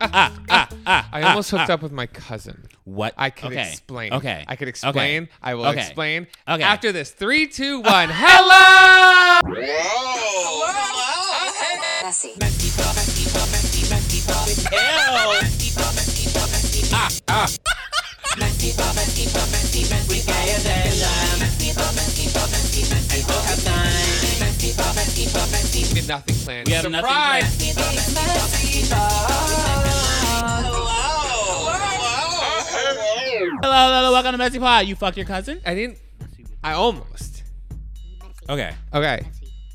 I almost hooked up with my cousin. What? I could Ah, okay. explain. Okay. I could Okay. explain. I will Okay. explain. Okay. After this, three, two, one. Hello. messy. We have nothing planned. We have nothing Surprise. Hello, hello, welcome to Messy Pod. You fuck your cousin? I didn't. I almost. Okay. Okay,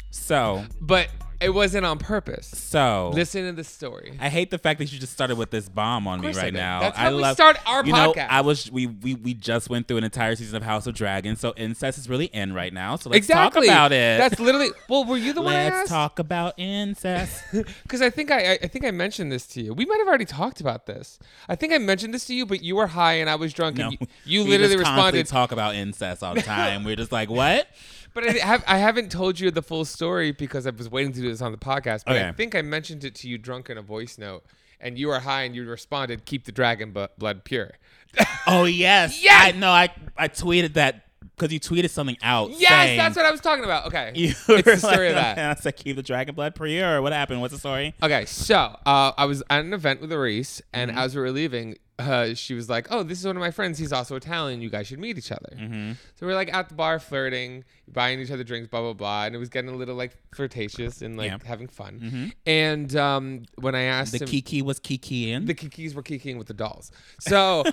So, but it wasn't on purpose. so. Listen to the story. I hate the fact that you just started with this bomb on me course I right did. now. That's I how we start our you Know, podcast. I was we, we we just went through an entire season of House of Dragons, so incest is really in right now. So let's exactly. talk about it. That's literally. Well, were you the one? let's I asked? talk about incest. Because I think I, I I think I mentioned this to you. We might have already talked about this. I think I mentioned this to you, but you were high and I was drunk, no, and you, you we literally just constantly responded. Talk about incest all the time. We're just like, what? But I, have, I haven't told you the full story because I was waiting to do this on the podcast. But I Okay. think I mentioned it to you drunk in a voice note, and you were high and you responded, "Keep the dragon bu- blood pure." Oh yes, Yes! I, no, I I tweeted that because you tweeted something out. Yes, saying- that's what I was talking about. Okay, You it's were the story of like, that. And I was like, keep the dragon blood pure. What happened? What's the story? Okay, so uh, I was at an event with Reese, and Mm-hmm. as we were leaving, uh, she was like, "Oh, this is one of my friends. He's also Italian. You guys should meet each other." Mm-hmm. So we are like at the bar flirting, buying each other drinks, blah blah blah, and it was getting a little like flirtatious and like Yeah. Mm-hmm. having fun. And um, when I asked The him, Kiki was Kiki in. the Kikis were kikiing with the dolls. So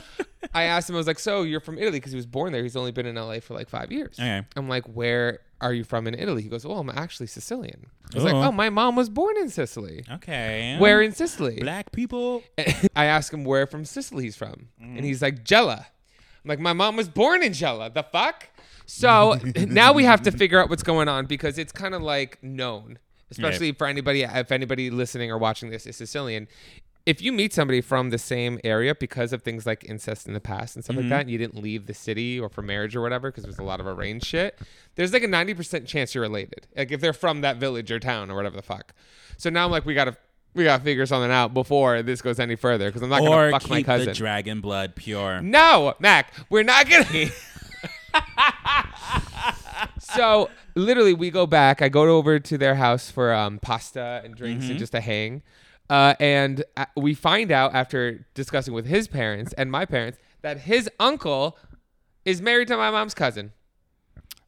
I asked him, I was like, So you're from Italy? Because he was born there. He's only been in LA for like five years. Okay. I'm like, Where are you from in Italy? He goes, Well, I'm actually Sicilian. I was Oh. like, Oh, my mom was born in Sicily. okay. Where in Sicily? black people? I asked him where from Sicily he's from. Mm. And he's like, Jella. I'm like, my mom was born in Jella. The fuck? So now we have to figure out what's going on because it's kind of like known, especially for anybody, if anybody listening or watching this is Sicilian. If you meet somebody from the same area because of things like incest in the past and stuff Mm-hmm. like that, and you didn't leave the city or for marriage or whatever, because there's a lot of arranged shit, there's like a 90% chance you're related. Like if they're from that village or town or whatever the fuck. So now I'm like, we gotta we gotta figure something out before this goes any further because I'm not Or gonna fuck keep my cousin. Mm. the dragon blood pure. no, Mac, we're not gonna. so literally, we go back. I go over to their house for um, pasta and drinks and just a hang. Uh, and uh, we find out after discussing with his parents and my parents that his uncle is married to my mom's cousin.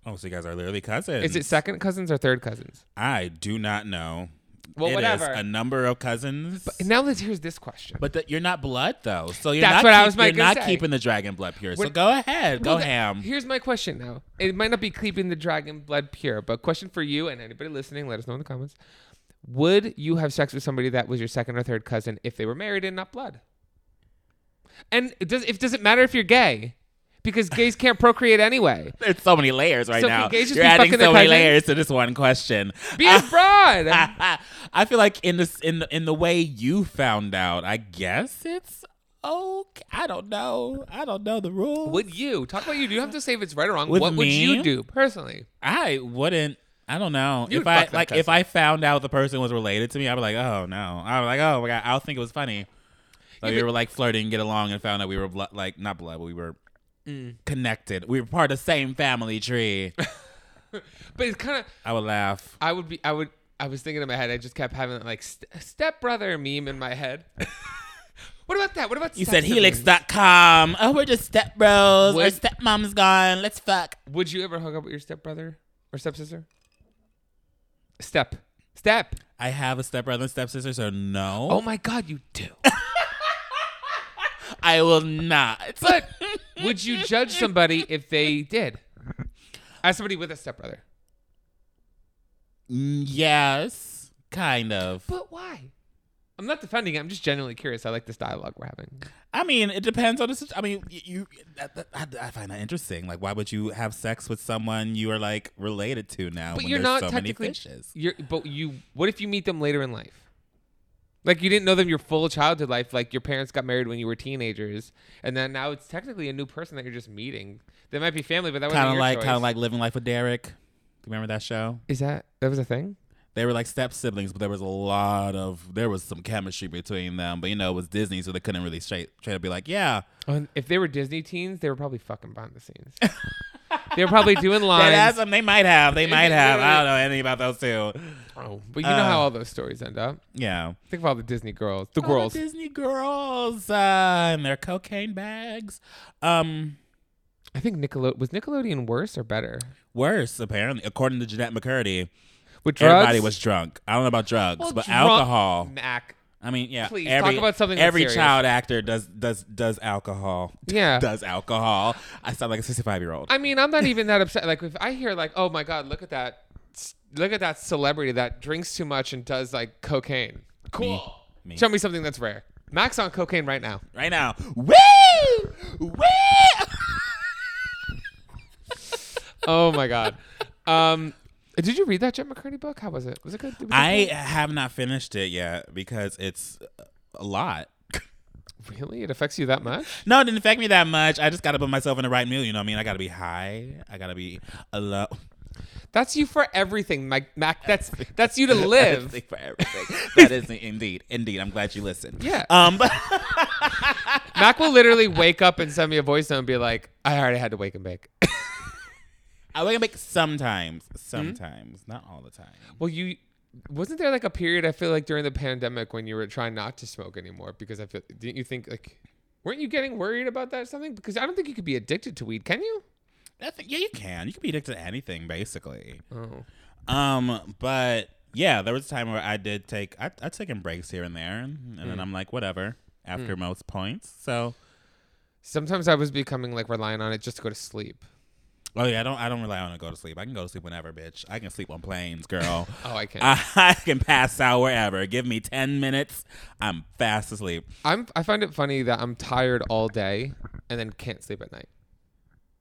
Oh, so you guys are literally cousins. Is it second cousins or third cousins? I do not know. Well, It is whatever. a number of cousins. But, And now let's here's this question. the, you're not blood though, so you're That's not. what I keep- was like You're gonna not say. keeping the dragon blood pure. So We're- go ahead, Well, go th- ham. Here's my question now. It might not be keeping the dragon blood pure, but question for you and anybody listening, let us know in the comments. Would you have sex with somebody that was your second or third cousin if they were married and not blood? And it does if does it matter if you're gay? Because gays can't procreate anyway. There's so many layers right So can now. gays just You're be adding fucking their so many cousins? layers to this one question. Be broad. I feel like in this in the, in the way you found out, I guess it's okay. I don't know. I don't know the rules. Would you talk about you? Do you have to say if it's right or wrong? With what would you me? do personally? I wouldn't. I don't know. You if would I fuck that like, if cousin. I found out the person was related to me, I'd be like, oh no. I'd be like, oh my god. I'll think it was funny. Yeah, Like we but- were like flirting, get along, and found out we were blo- like not blood, but we were Mm. connected. We were part of the same family tree. But it's kind of I would laugh. I would be I would I was thinking in my head. I just kept having that like st- stepbrother meme in my head. what about that? What about You step said siblings? helix.com. Oh, we're just stepbros. Our Would- stepmom's gone. Let's fuck. Would you ever hook up with your stepbrother or stepsister? Step. Step. I have a stepbrother and stepsister, so no. Oh my God, you do. I will not. But would you judge somebody if they did? As somebody with a stepbrother. Mm, yes, kind of. But why? I'm not defending it. I'm just genuinely curious. I like this dialogue we're having. I mean, it depends on the. situ- I mean, you. you that, that- I, I find that interesting. Like, why would you have sex with someone you are like related to now? But when you're there's not so many technically. fishes? You're, but you. What if you meet them later in life? Like you didn't know them your full childhood life. Like your parents got married when you were teenagers, and then now it's technically a new person that you're just meeting. They might be family, but that wasn't Kind of your like, kind choice. of like living life with Derek. Remember that show? Is that that was a thing? They were like step siblings, but there was a lot of there was some chemistry between them. But you know, it was Disney, so they couldn't really straight straight up be like, yeah, And if they were Disney teens, they were probably fucking behind the scenes. they were probably doing That lines. ass, um, They might have. They might have. I don't know anything about those two. Oh, but you know how all those stories end up. Yeah. Think of all the Disney girls, the All girls. the Disney girls uh, and their cocaine bags. Um, I think Nickelode was Nickelodeon worse or better worse apparently, according to Jeanette McCurdy, with drugs. everybody was drunk. I don't know about drugs, Well, but drunk- alcohol. Mac. I mean, yeah. Please, every, talk about something that's Every serious. child actor does does does alcohol. Yeah. does alcohol. I sound like a sixty five year old. I mean, I'm not even that upset. Like if I hear like, oh my god, look at that, look at that celebrity that drinks too much and does like cocaine. Cool. Me. Show me something that's rare. Mac's on cocaine right now. Right now, woo, woo. Oh my god. Um, did you read that Jim McCartney book? How was it? Was it good? Was it I have not finished it yet because it's a lot. good? really, it affects you that much? No, it didn't affect me that much. I just got to put myself in the right mood. You know what I mean? I got to be high. I got to be alone. That's you for everything, Mac. Mac that's that's you to live. for everything. That is indeed. Indeed. I'm glad you listened. Yeah. Um, but Mac will literally wake up and send me a voice note and be like, "I already had to wake and bake." I wake up like sometimes. Hmm? Sometimes. Not all the time. Well, you wasn't there like a period I feel like during the pandemic when you were trying not to smoke anymore because I feel didn't you think like weren't you getting worried about that or something? Because I don't think you could be addicted to weed, can you? That's, yeah, you can. You can be addicted to anything, basically. Oh. Um, but yeah, there was a time where I did take I I taken breaks here and there, and Hmm. then I'm like, whatever. After most points, so Sometimes I was becoming like reliant on it just to go to sleep. oh yeah, I don't I don't rely on to go to sleep. I can go to sleep whenever, bitch. I can sleep on planes, girl. Oh, I can't. I, I can pass out wherever. Give me ten minutes, I'm fast asleep. I'm I find it funny that I'm tired all day and then can't sleep at night.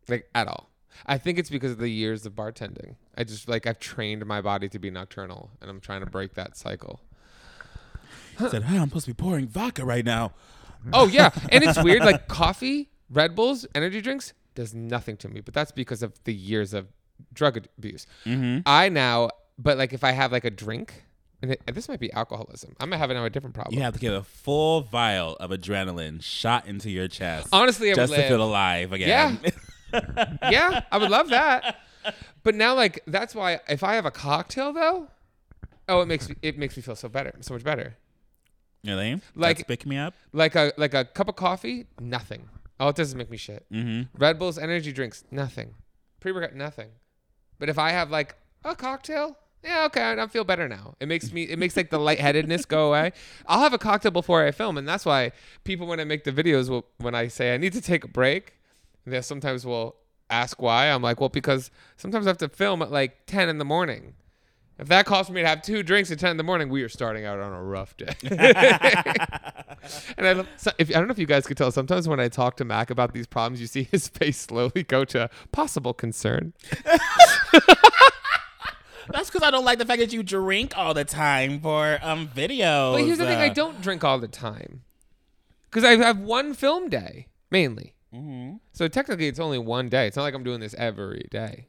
Like at all. I think it's because of the years of bartending. I just like I've trained my body to be nocturnal and I'm trying to break that cycle. I said, "Hey, I'm supposed to be pouring vodka right now. Oh yeah, and it's weird like coffee, Red Bulls, energy drinks does nothing to me, but that's because of the years of drug ad- abuse. I now but like if I have like a drink and, it, and this might be alcoholism. I might have now a different problem. You have to get a full vial of adrenaline shot into your chest. Honestly, I just would to live. feel alive again. Yeah. yeah, I would love that. But now, like, that's why if I have a cocktail though, oh, it makes me, it makes me feel so better, so much better. really? Like- That's pick me up. Like a like a cup of coffee, nothing. Oh, it doesn't make me shit. Mm-hmm. Red Bulls, energy drinks, nothing. Pre workout, nothing. But if I have like a cocktail, yeah, okay, I I feel better now. It makes me, it makes like the lightheadedness go away. I'll have a cocktail before I film, and that's why people when I make the videos, will, when I say I need to take a break, they sometimes will ask why. I'm like, well, because sometimes I have to film at like 10 in the morning. If that costs me to have two drinks at 10 in the morning, we are starting out on a rough day. and I, love- so if, I don't know if you guys could tell, sometimes when I talk to Mac about these problems, you see his face slowly go to possible concern. That's because I don't like the fact that you drink all the time for um videos. But here's the thing I Uh, don't drink all the time because I have one film day mainly. Mm-hmm. So technically, it's only one day. It's not like I'm doing this every day.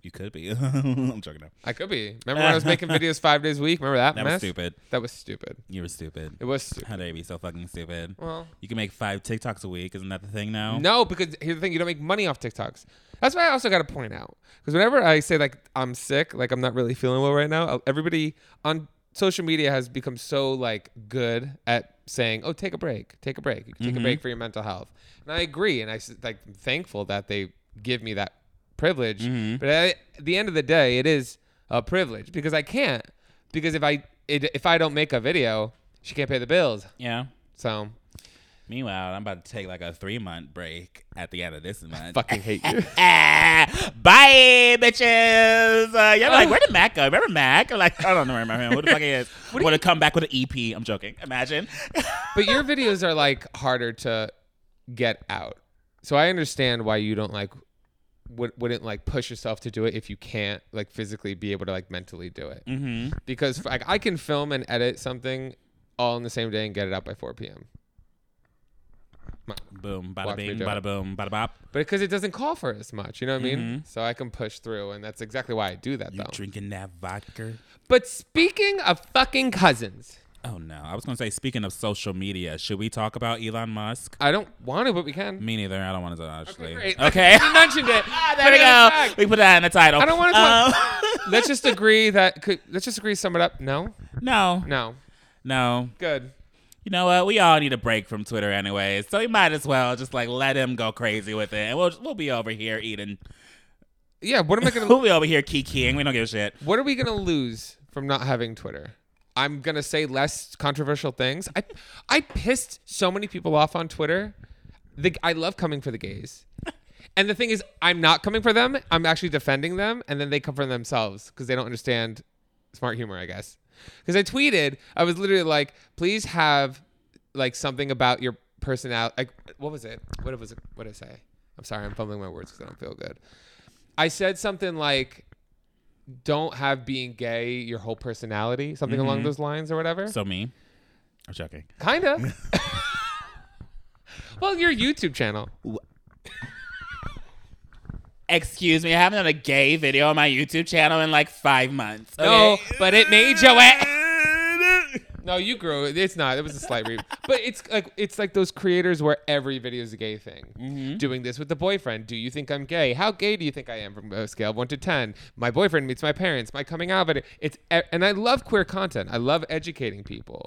You could be. I'm joking. Now. I could be. Remember when I was making videos five days a week? Remember that, That mess? was stupid. That was stupid. You were stupid. It was stupid. How dare you be so fucking stupid? Well, You can make five TikToks a week. Isn't that the thing now? No, because here's the thing: you don't make money off TikToks. That's why I also got to point out because whenever I say like I'm sick, like I'm not really feeling well right now, uh, everybody on social media has become so like good at saying, "Oh, take a break, take a break, you can take a break for your mental health," and I agree, and I s- like I'm thankful that they give me that privilege. But at the end of the day, it is a privilege because I can't because if I it, if I don't make a video, she can't pay the bills. Yeah. So Meanwhile, I'm about to take like a three month break at the end of this month. fucking hate you. Ah, bye, bitches. Uh, y'all be like, where did Mac go? Remember Mac? I'm like, I don't know, remember him. Who the fuck he is? I'm going to come back with an EP. I'm joking. Imagine. but your videos are like harder to get out. So I understand why you don't like would, wouldn't like push yourself to do it if you can't like physically be able to like mentally do it. mm-hmm. Because like I can film and edit something all in the same day and get it out by 4 p.m. Boom, bada Walk me bing, through bada it. boom, bada bop. but because it doesn't call for as much, you know what I mean? So I can push through, and that's exactly why I do that Mm-hmm. You though. drinking that vodka? but speaking of fucking cousins, Oh no! I was gonna say. Speaking of social media, should we talk about Elon Musk? I don't want to, but we can. Me neither. I don't want to actually. great. Okay. You mentioned it. there Put we it go. on track. We put that in the title. I Um, don't wanna to. Let's just agree that. Could, let's just agree. Sum it up. No, no, no. no. Good. You know what? We all need a break from Twitter, anyways. So we might as well just like let him go crazy with it, and we'll we'll be over here eating. Yeah. What am I gonna? We'll be over here kikiing. We don't give a shit. what are we gonna lose from not having Twitter? I'm gonna say less controversial things. I I pissed so many people off on Twitter. The, I love coming for the gays. And the thing is, I'm not coming for them. I'm actually defending them, and then they come for themselves because they don't understand smart humor, I guess. Because I tweeted, I was literally like, "Please have like something about your personality." Like, what was it? What was it? What did I say? I'm sorry, I'm fumbling my words because I don't feel good. I said something like, "Don't have being gay your whole personality," something along those lines or whatever. So me, I'm joking. kind of. well, your YouTube channel. Excuse me, I haven't done a gay video on my YouTube channel in like five months. No, okay? but it made your way. No, you grew. it. It's not. It was a slight read. But it's like it's like those creators where every video is a gay thing. Doing this with the boyfriend. Do you think I'm gay? How gay do you think I am? From a scale of one to ten, my boyfriend meets my parents. My coming out video. It's e- and I love queer content. I love educating people.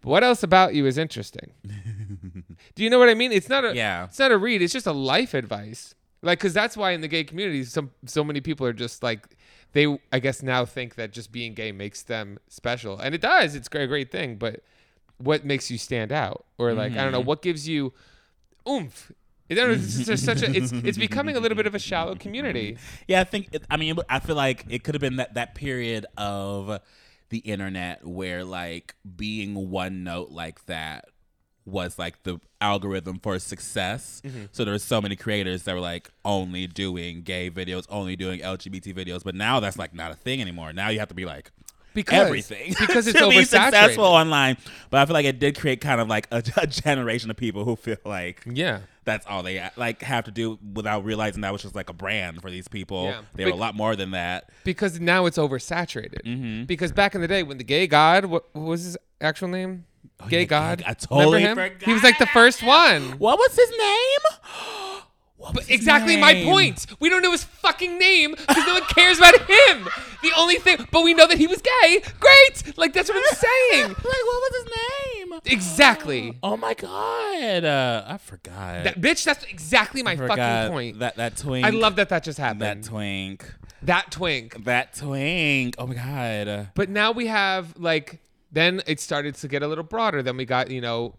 But what else about you is interesting? do you know what I mean? It's not a Yeah. It's not a read. It's just a life advice. Like, cause that's why in the gay community, some so many people are just like, they I guess now think that just being gay makes them special, and it does. It's a great thing, but what makes you stand out, or like I don't know, Mm-hmm. what gives you oomph? I don't know, It's just such a it's it's becoming a little bit of a shallow community. Yeah, I think. It, I mean, I feel like it could have been that that period of the internet where like being one note like that was like the algorithm for success. Mm-hmm. So there were so many creators that were like only doing gay videos, only doing LGBT videos, but now that's like not a thing anymore. Now you have to be like Because everything because it's to be successful oversaturated. online. But I feel like it did create kind of like a, a generation of people who feel like Yeah. that's all they like have to do without realizing that was just like a brand for these people. Yeah. They were a Bec- lot more than that. Because now it's oversaturated. Mm-hmm. Because back in the day, when the gay god, what, what was his actual name? gay Oh, yeah, god. God, I totally Remember him? forgot He was like the first one. What was his name? What was his Exactly my name? point. We don't know his fucking name because no one cares about him. The only thing, but we know that he was gay. Great. Like that's what I'm saying. like, what was his name? Exactly. Oh my god, uh, I forgot. That bitch. That's exactly my I forgot fucking point. That that twink. I love that that just that happened. twink. that twink. That twink. Oh my god. But now we have like then it started to get a little broader. Then we got you know,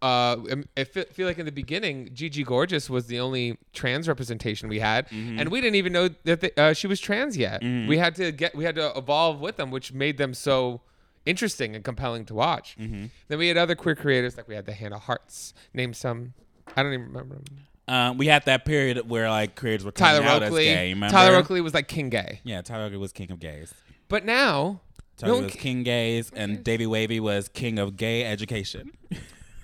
uh, I fe- feel like in the beginning, Gigi Gorgeous was the only trans representation we had, Mm-hmm. and we didn't even know that the, uh, she was trans yet. We had to get we had to evolve with them, which made them so interesting and compelling to watch. Mm-hmm. Then we had other queer creators like we had the Hannah Hearts. Name some. I don't even remember. 'em. Um, we had that period where like creators were Tyler coming out as gay. Oakley. Remember? Tyler Oakley was like king gay, Yeah, Tyler Oakley was king of gays. but now. Tyler no one was ca- king gays, and Davy Wavy was king of gay education.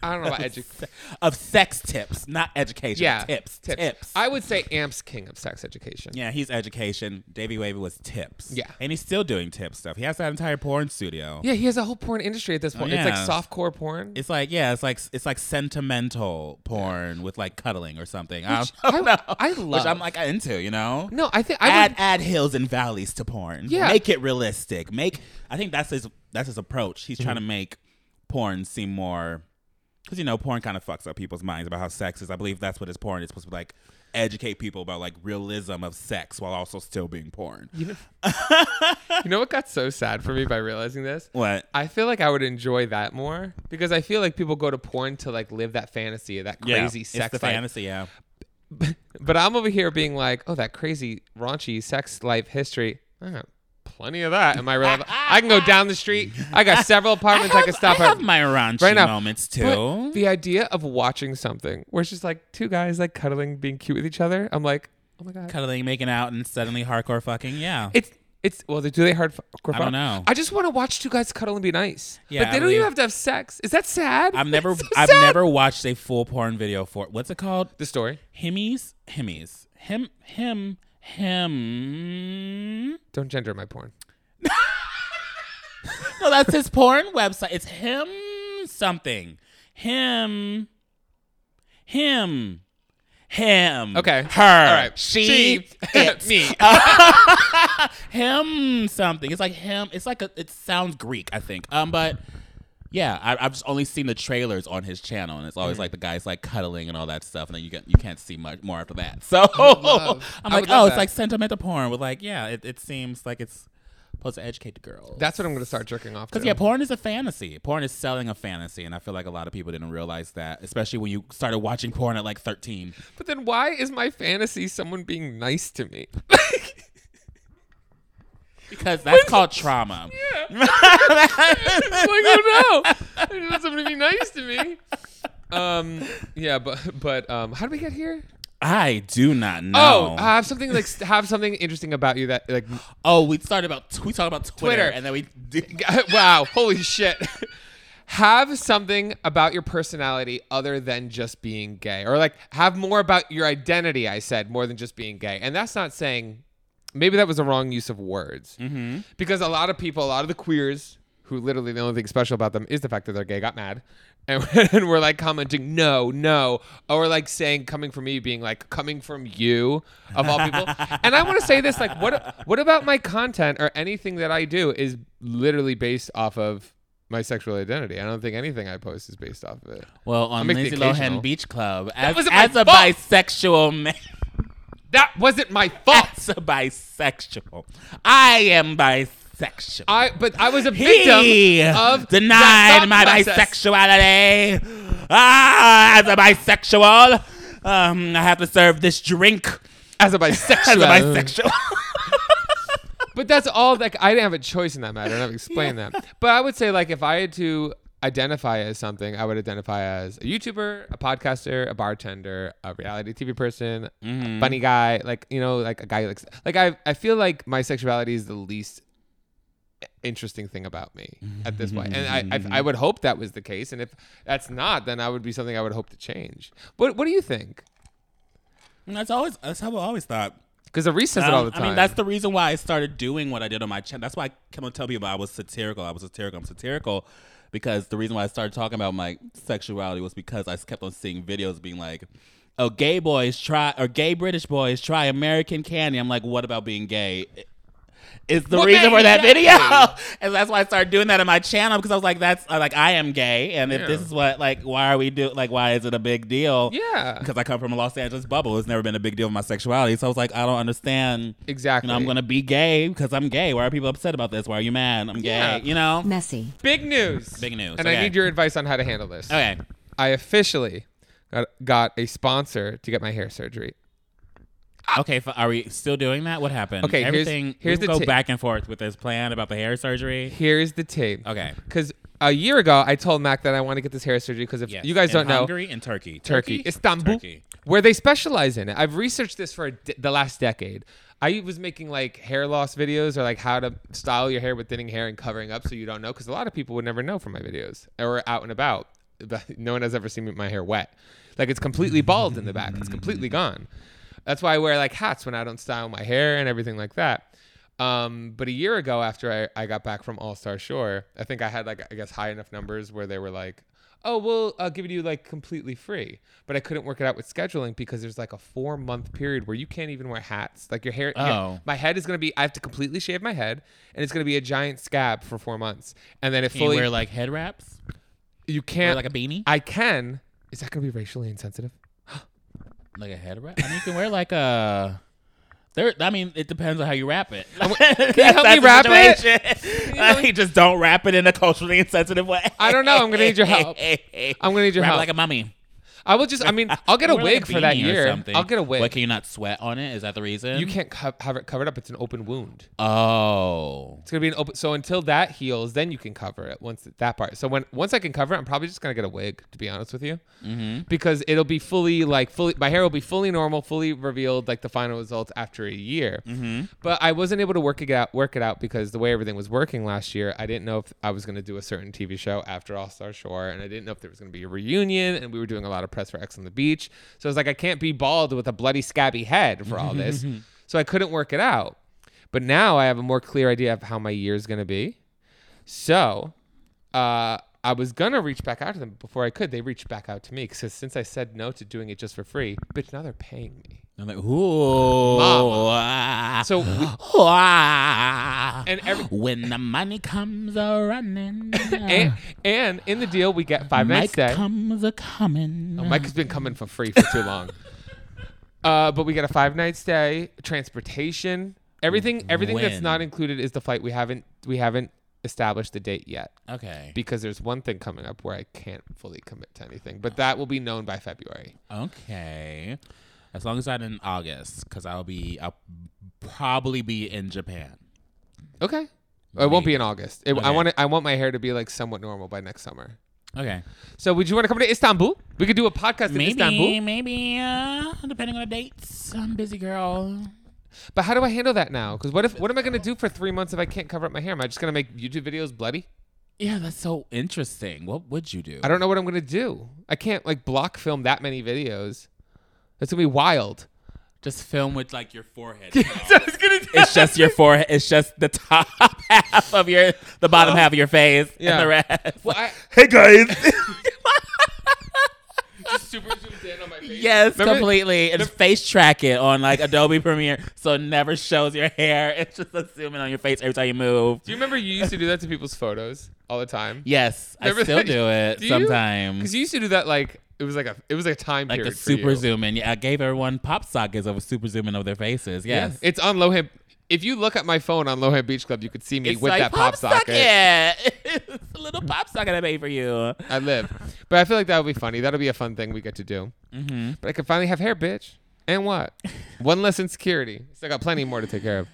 I don't know about education. of sex tips, not education. tips, tips. I would say Amp's king of sex education. yeah, he's education. Davy Wavy was tips. Yeah. and he's still doing tip stuff. He has that entire porn studio. Yeah, he has a whole porn industry at this point. yeah. It's like softcore porn. It's like yeah, it's like it's like sentimental porn with like cuddling or something. I Which don't know. I- I Which I'm love. like into, you know. no, I think I add would. add hills and valleys to porn. Yeah. make it realistic. Make I think that's his that's his approach. He's Mm-hmm. trying to make porn seem more because you know porn kind of fucks up people's minds about how sex is. I believe that's what his porn is supposed to be like. Educate people about like realism of sex while also still being porn. You know what got so sad for me by realizing this? What? I feel like I would enjoy that more because I feel like people go to porn to like live that fantasy of that Yeah, crazy sex It's the life. fantasy. Yeah. But I'm over here being like, oh, that crazy raunchy sex life history. I got plenty of that in my real life. I can go down the street. I got several apartments I, can stop I at. have my raunchy Right now. moments too. But the idea of watching something where it's just like two guys like cuddling, being cute with each other, I'm like, oh my god, Cuddling, making out, and suddenly hardcore fucking. Yeah. it's It's well, they do they hardcore? I fun? don't know. I just want to watch two guys cuddle and be nice. Yeah, but I they don't believe- even have to have sex. Is that sad? I've never It's so I've sad. never watched a full porn video for what's it called? the story. Hemis? Hemis. Him him him Don't gender my porn. No, that's his porn website. It's him something. Him him him Okay. her All right. she, it. me. him something. It's like him. It's like a. It sounds Greek, I think. Um, but yeah, I, I've just only seen the trailers on his channel, and it's always Mm. like the guys like cuddling and all that stuff, and then you get you can't see much more after that. So love- I'm I like, would love oh, it's that. like sentimental porn with like, yeah, it, it seems like it's supposed to educate the girls. That's what I'm gonna start jerking off to. Because yeah, porn is a fantasy. Porn is selling a fantasy, and I feel like a lot of people didn't realize that, especially when you started watching porn at like 13. But then why is my fantasy someone being nice to me? Because that's called trauma. like, oh no, I just want somebody to be nice to me. Um, yeah, but but um, how did we get here? I do not Oh, know. have something like have something interesting about you that like. Oh, we started about we talked about Twitter, Twitter. and then we did, wow, holy shit. Have something about your personality other than just being gay, or like have more about your identity. I said more than just being gay, and that's not saying. Maybe that was a wrong use of words. Mm-hmm. Because a lot of people, a lot of the queers who literally the only thing special about them is the fact that they're gay got mad and, and we're like commenting, no, no. Or like saying, coming from me, being like, coming from you, of all people. and I want to say this like, what, what about my content or anything that I do is literally based off of my sexual identity? I don't think anything I post is based off of it. well on make the Lindsay occasional. Lohan Beach Club as, wasn't my as a fault. bisexual man. That wasn't my fault. As a bisexual, I am bisexual. I, but I was a victim he of that denied thought my process. bisexuality. Ah, as a bisexual, um, I have to serve this drink as a bisexual. as a bisexual. But that's all. Like I didn't have a choice in that matter, and I've explained that. But I would say, like, if I had to identify as something, I would identify as a YouTuber, a podcaster, a bartender, a reality TV person, a funny guy, like you know, like a guy who likes. Like I, I feel like my sexuality is the least interesting thing about me at this point, and I, I, I would hope that was the case. And if that's not, then I would be something I would hope to change. What What do you think? that's always that's how I always thought. Because the says it Um, all the time. I mean, that's the reason why I started doing what I did on my channel. That's why I come and tell people I was satirical. I was satirical. I'm satirical because the reason why I started talking about my sexuality was because I kept on seeing videos being like, "Oh, gay boys try or gay British boys try American candy." I'm like, "What about being gay?" Is the Well, reason that- for that exactly. video, and that's why I started doing that on my channel because I was like, "That's uh, like I am gay, and if Yeah. this is what like why are we do like why is it a big deal?" yeah. because I come from a Los Angeles bubble. It's never been a big deal with my sexuality. So I was like, I don't understand. Exactly. You know, I'm gonna be gay because I'm gay. Why are people upset about this? Why are you mad? I'm gay. Yeah. You know. Messy. Big news. Big news, And I okay. need your advice on how to handle this. Okay. I officially got, got a sponsor to get my hair surgery. Okay. f- Are we still doing that? What happened? Okay, here's- Everything. here's we the go ti- back and forth with this plan about the hair surgery. Here's the tape. Okay. Because a year ago, I told Mac that I want to get this hair surgery because if Yes. you guys In don't know, Hungary and Turkey. Turkey, Istanbul, Turkey. where they specialize in it. I've researched this for a d- the last decade. I was making like hair loss videos or like how to style your hair with thinning hair and covering up so you don't know because a lot of people would never know from my videos or out and about. But No one has ever seen my hair wet. Like it's completely bald in the back. It's completely gone. That's why I wear like hats when I don't style my hair and everything like that. Um, but a year ago, after I, I got back from All Star Shore, I think I had like I guess high enough numbers where they were like, "Oh, we'll uh, give it to you like completely free." But I couldn't work it out with scheduling because there's like a four month period where you can't even wear hats. Like your hair, yeah, Oh. my head is gonna be. I have to completely shave my head, and it's gonna be a giant scab for four months, and then it Can you fully wear like head wraps? you Wear can't. like a beanie? I can. Is that gonna be racially insensitive? like a head wrap? I mean, you can wear like a. There, I mean, it depends on how you wrap it. Can you help me wrap it? it? I mean, just don't wrap it in a culturally insensitive way. I don't know. I'm gonna need your help. I'm gonna need your wrap it help. like a mummy. I will just. I mean, I'll get a Wear, like, wig for that beanie or year. something. I'll get a wig. What, can you not sweat on it? Is that the reason? you can't co- have it covered up. It's an open wound. Oh. It's gonna be an open. So until that heals, then you can cover it. Once that part. So when once I can cover it, I'm probably just gonna get a wig. To be honest with you, mm-hmm. because it'll be fully like fully. My hair will be fully normal, fully revealed, like the final results after a year. Mm-hmm. But I wasn't able to work it out. Work it out because the way everything was working last year, I didn't know if I was gonna do a certain TV show after All Star Shore, and I didn't know if there was gonna be a reunion. And we were doing a lot of press for X on the Beach, so I was like, I can't be bald with a bloody scabby head for all this. so I couldn't work it out. But now I have a more clear idea of how my year is going to be. So uh, I was going to reach back out to them before I could. They reached back out to me because since I said no to doing it just for free, bitch, now they're paying me. I'm like, ooh. ah, So we- and And every- ah." when the money comes a running, and, and in the deal, we get five nights Mike stay. comes a coming. Oh, Mike's been coming for free for too long. Uh, but we got a five night stay, transportation, everything. Everything that's When? not included is the flight. We haven't we haven't established the date yet. okay. because there's one thing coming up where I can't fully commit to anything, but that will be known by February. Okay. As long as I'm in August, because I'll be, I'll probably be in Japan. Okay. It won't be in August. It, I Okay. want it, I want my hair to be like somewhat normal by next summer. Okay. So would you want to come to Istanbul? We could do a podcast in Maybe, Istanbul. maybe, uh, depending on the dates. I'm busy, girl. But how do I handle that now? Because what if what am I gonna do for three months if I can't cover up my hair? Am I just gonna make YouTube videos bloody? Yeah, that's so interesting. What would you do? I don't know what I'm gonna do. I can't like block film that many videos. That's gonna be wild. Just film with like your forehead. So I was gonna do- it's just your forehead. It's just the top half of your, the bottom half of your face, Yeah. and the rest. well, I Hey guys. just super zoomed in on my face. yes, Remember- completely. And just face track it on like Adobe Premiere, so it never shows your hair. It's just assuming on your face every time you move. Do you remember you used to do that to people's photos all the time? Yes, I Remember still that? do it Do you? sometimes. Because you used to do that like it was like a it was like a time Like period a for super you. zoom in. Yeah, I gave everyone pop sockets of a super zoom in of their faces. Yeah, Yes. it's on Lohan. If you look at my phone on Lohan Beach Club, you could see me It's with like that pop socket. it's a little pop socket I made for you. I live, but I feel like that would be funny. That'll be a fun thing we get to do. Mm-hmm. But I could finally have hair, bitch. And what? One less insecurity. Still got plenty more to take care of.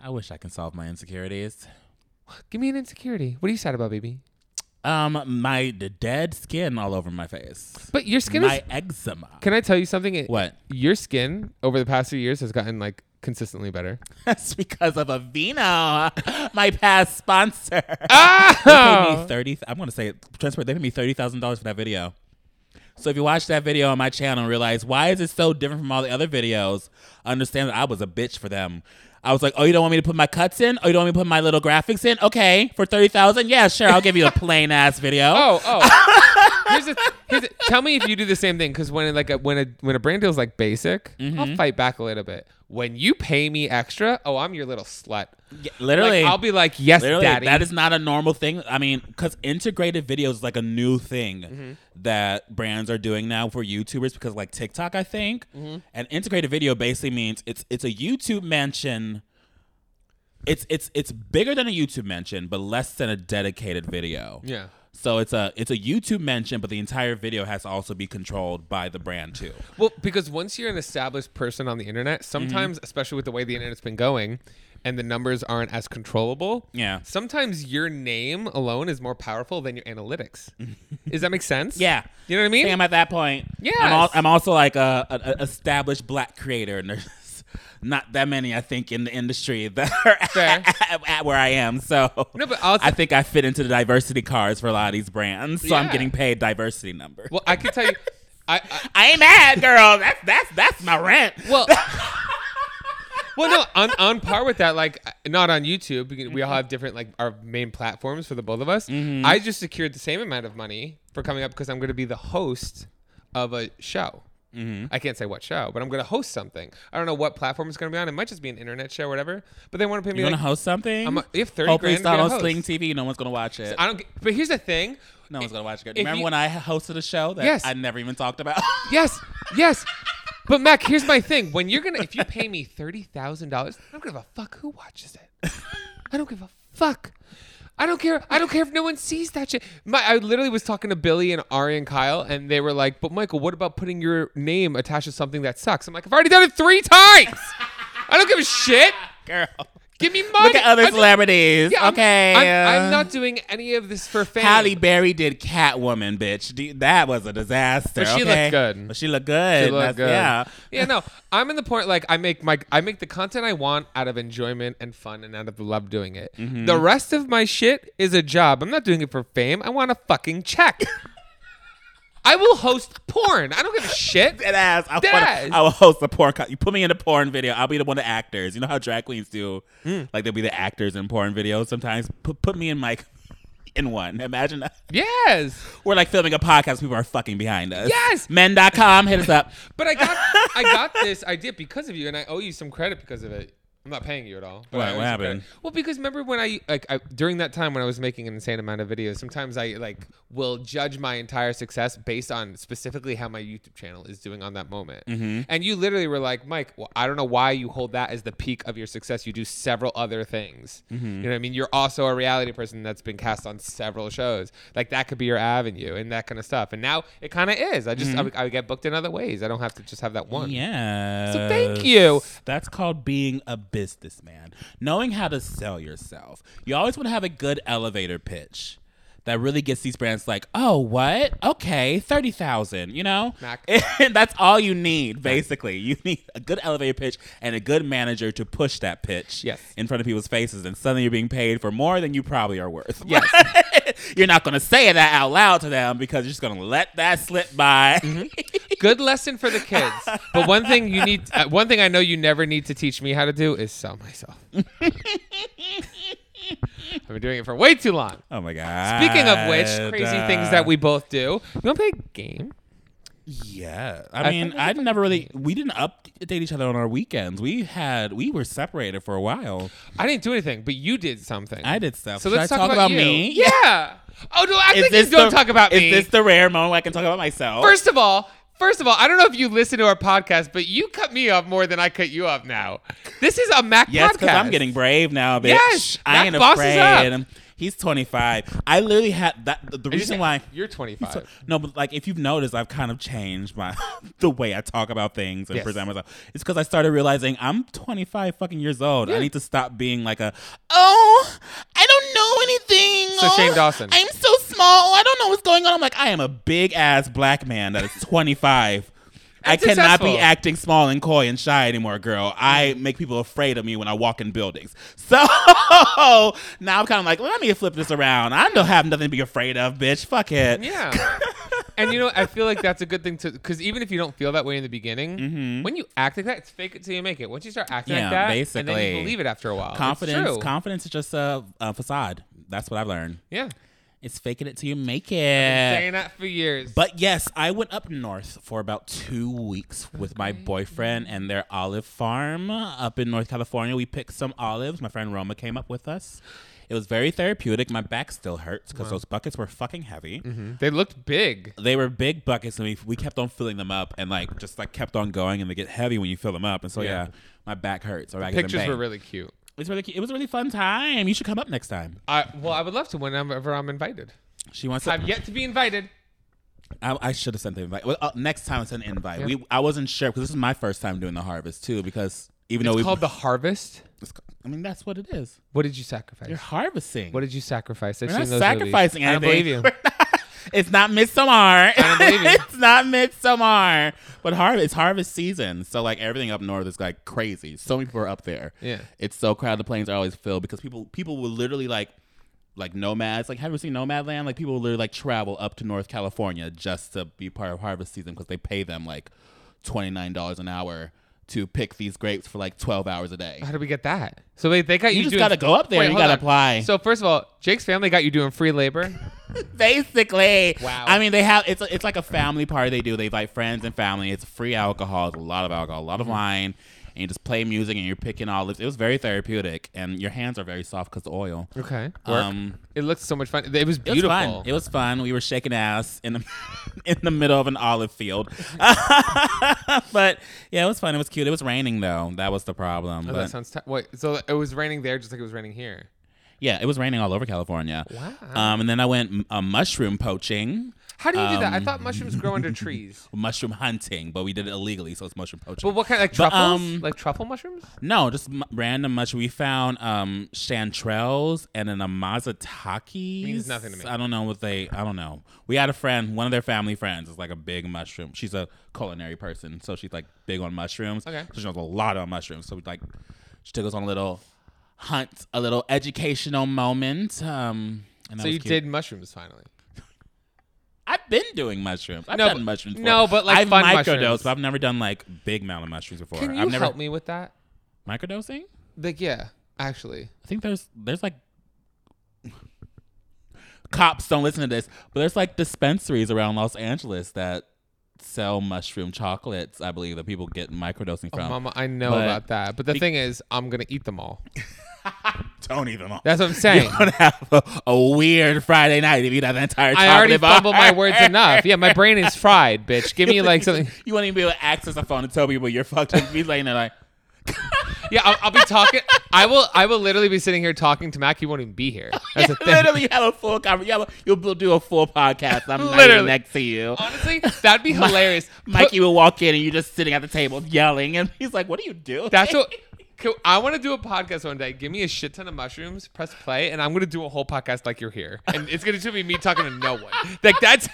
I wish I can solve my insecurities. Give me an insecurity. What are you sad about, baby? Um, my d- dead skin all over my face. But your skin my is. eczema. Can I tell you something? It- what? Your skin over the past few years has gotten like consistently better. That's because of Avino, my past sponsor. They paid me Ah! thirty. I'm gonna say it, transport. They paid me thirty thousand dollars for that video. So if you watch that video on my channel and realize why is it so different from all the other videos, understand that I was a bitch for them. I was like, oh, you don't want me to put my cuts in? Oh, you don't want me to put my little graphics in? Okay, for thirty thousand, yeah, sure, I'll give you a plain ass video. Oh, oh. here's a, here's a, tell me if you do the same thing because when like a, when a when a brand deal is like basic, Mm-hmm. I'll fight back a little bit. When you pay me extra, oh, I'm your little slut. Yeah, literally, Like, I'll be like, yes, Literally, daddy. that is not a normal thing. I mean, because integrated videos is like a new thing Mm-hmm. that brands are doing now for YouTubers because like TikTok, I think, Mm-hmm. an integrated video basically means it's it's a YouTube mention. It's it's it's bigger than a YouTube mention, but less than a dedicated video. yeah. So it's a it's a YouTube mention, but the entire video has to also be controlled by the brand too. Well, because once you're an established person on the internet, Mm-hmm. sometimes, especially with the way the internet's been going, and the numbers aren't as controllable. Yeah. Sometimes your name alone is more powerful than your analytics. Does that make sense? Yeah. You know what I mean? think I'm at that point. I'm, Yes. al- I'm also like a, a, a established black creator, and there's not that many I think in the industry that are Fair. at, at where I am. So No, but also- I think I fit into the diversity cards for a lot of these brands. So I'm Yeah. getting paid diversity number. well, I can tell you, I, I I ain't mad, girl. That's that's that's my rent. Well, well, no, on, on par with that, like not on YouTube. because We all have different like our main platforms for the both of us. I just secured the same amount of money for coming up because I'm going to be the host of a show. I can't say what show, but I'm going to host something. I don't know what platform it's going to be on. It might just be an internet show, or whatever. But they want to pay me. You want Like, to host something? I'm a- you have 30 Hopefully grand to it's be not a on host. Sling TV. No one's gonna watch it. I don't. get- But here's the thing. no one's gonna watch it. if Remember you- when I hosted a show that Yes. I never even talked about? Yes, yes. But Mac, here's my thing. When you're gonna, if you pay me thirty thousand dollars, I don't give a fuck who watches it. I don't give a fuck. I don't care. I don't care if no one sees that shit. My, I literally was talking to Billy and Ari and Kyle, and they were like, "But Michael, what about putting your name attached to something that sucks?" I'm like, "I've already done it three times. I don't give a shit. Girl. Give me money. Look at other I'm not- celebrities. yeah, I'm- okay. I'm, I'm uh, not doing any of this for fame. Halle Berry did Catwoman, bitch. Do- That was a disaster. But she okay? looked good. But she looked good. She looked That's- good. Yeah. Yeah, no, I'm in the point like I make my I make the content I want out of enjoyment and fun and out of love doing it. The rest of my shit is a job. I'm not doing it for fame. I want a fucking check. I will host porn. I don't give a shit. Dead ass. I, Dead wanna- ass. I will host a porn. Co- you put me in a porn video. I'll be the one of the actors. You know how drag queens do? Hmm. Like they'll be the actors in porn videos sometimes. Put, put me in like in one. Imagine that. Yes. We're like filming a podcast. People are fucking behind us. Yes. Men.com. Hit us up. But I got I got this idea because of you, and I owe you some credit because of it. I'm not paying you at all. But Why? I owe you What some happened? credit. Well, because remember when I like I, during that time when I was making an insane amount of videos, sometimes I like will judge my entire success based on specifically how my YouTube channel is doing on that moment. And you literally were like, Mike, well, I don't know why you hold that as the peak of your success. You do several other things. You know what I mean? You're also a reality person that's been cast on several shows. Like that could be your avenue and that kind of stuff. And now it kind of is. I just I, I get booked in other ways. I don't have to just have that one. Yeah. So thank you. That's called being a businessman, knowing how to sell yourself. You always want to have a good elevator pitch that really gets these brands like, oh, what? Okay, thirty thousand. You know, Mac. that's all you need. Basically, you need a good elevator pitch and a good manager to push that pitch Yes. in front of people's faces, and suddenly you're being paid for more than you probably are worth. Yes. you're not going to say that out loud to them because you're just going to let that slip by. Mm-hmm. Good lesson for the kids. But one thing you need, uh, one thing I know you never need to teach me how to do is sell myself. I've been doing it for way too long. Oh my god. Speaking of which, crazy things that Uh, we both do. You want to play a game? Yeah. I, I mean, think I never really we didn't update each other on our weekends. We had we were separated for a while. I didn't do anything, but you did something. I did stuff. so Should let's I talk, about, about you. me? Yeah. Oh no, I Is think you don't the- talk about is me. this the rare moment where I can talk about myself? First of all, first of all, I don't know if you listen to our podcast, but you cut me off more than I cut you off now. This is a Mac yes, podcast. because I'm getting brave now, bitch. Yes, I that ain't boss is up. afraid. He's 25. I literally had that. The, the You say, reason why you're 25. No, but like if you've noticed, I've kind of changed my the way I talk about things and Yes. present myself. It's because I started realizing I'm 25 fucking years old. I Yeah. need to stop being like a oh, I don't know anything. So Oh, Shane Dawson. I'm so small. I don't know what's going on. I'm like I am a big ass black man that is 25. I And cannot be successful. acting small and coy and shy anymore, girl. I make people afraid of me when I walk in buildings. So now I'm kind of like, let me flip this around. I don't have nothing to be afraid of, bitch. Fuck it. Yeah. and you know, I feel like that's a good thing to because even if you don't feel that way in the beginning, when you act like that, it's fake it till you make it. Once you start acting Mm-hmm. Yeah, like that, and then basically. you believe it after a while. It's confidence true. confidence is just a, a facade that's what i've learned yeah. it's faking it till you make Saying it that for years. Eh. but yes i went up north for about two weeks with my boyfriend and their olive farm up in north california we picked some olives my friend roma came up with us it was very therapeutic my back still hurts because those buckets were fucking heavy they looked big. they were big buckets and we, we kept on filling them up and like just like kept on going and they get heavy when you fill them up and so yeah, Yeah. my back hurts my back is in Pictures pain. were really cute. it's really cute. it was a really fun time you should come up next time I well, I would love to whenever I'm invited. She wants. To, I've yet to be invited. I, I should have sent the invite. Well, uh, next time it's an invite. We I wasn't sure because this is my first time doing the harvest too. Because even It's though we, called the harvest. it's ca- I mean that's what it is. What did you sacrifice? You're harvesting. what did you sacrifice? I've We're not seen those sacrificing movies. I don't anything. believe you. it's not Midsommar. don't believe you. it's not Midsommar. But harvest, it's harvest season. So like everything up north is like crazy. So many people are up there. Yeah. It's so crowded. The planes are always filled because people people will literally like like nomads. Like have you ever seen Nomadland? Like people will literally like travel up to North California just to be part of harvest season because they pay them like twenty nine dollars an hour to pick these grapes for like twelve hours a day. How do we get that? So wait, they got you. You just doing- gotta go up there. Wait, you hold gotta on. apply. So first of all, Jake's family got you doing free labor. Basically, Wow. I mean, they have it's it's like a family party they do. They invite friends and family. It's free alcohol. It's a lot of alcohol, a lot of Mm-hmm. wine, and you just play music and you're picking olives. It was very therapeutic, and your hands are very soft because the oil. Okay. Work. Um, it looked so much fun. It was it was beautiful. fun. It was fun. We were shaking ass in the in the middle of an olive field, but yeah, it was fun. It was cute. It was raining though. That was the problem. Oh, but- that sounds. T- wait, so it was raining there, just like it was raining here. Yeah, it was raining all over California. Wow. Um, and then I went m- uh, mushroom poaching, How do you do that? I thought mushrooms grow Um, under trees. mushroom hunting, but we did it illegally, so it's mushroom poaching. But what kind? Like But, truffles? um, like truffle mushrooms? no, just m- random mushroom. We found um, chanterelles and an amazataki. Means nothing to me. I don't know what they. I don't know. We had a friend, one of their family friends, is like a big mushroom. She's a culinary person, so she's like big on mushrooms. Okay. so she knows a lot on mushrooms. So we like, she took us on a little hunt, a little educational moment. Um, and that So was you cute. did mushrooms finally. I've been doing mushrooms. I've No, done but- mushrooms. Before. no, but, like, I've fun microdosed, mushrooms. but I've never done like big amount of mushrooms before. Can you I've never help me with that? microdosing. Like yeah, actually. I think there's there's like cops don't listen to this, but there's like dispensaries around Los Angeles that sell mushroom chocolates. I believe that people get microdosing from. Mama, I know Oh. But- about that. But the thing is, I'm gonna eat them all. don't even. That's what I'm saying. You're gonna have a, a weird Friday night if you eat that entire. I already chocolate bar. fumbled my words enough. Yeah, my brain is fried, bitch. Give me like something. You won't even be able to access the phone to tell people you're fucked up. Be laying there like. Yeah, I'll, I'll be talking. I will. I will literally be sitting here talking to Mac. He won't even be here. That's the thing. Literally, you have a full conversation. You have a- you'll b- do a full podcast. I'm not even Literally. next to you. Honestly, that'd be hilarious. Mikey will walk in and you're just sitting at the table yelling, and he's like, "What are you doing?" That's what. Cool. I want to do a podcast one day. Give me a shit ton of mushrooms, press play, and I'm gonna do a whole podcast like you're here, and it's gonna just be me talking to no one. Like that's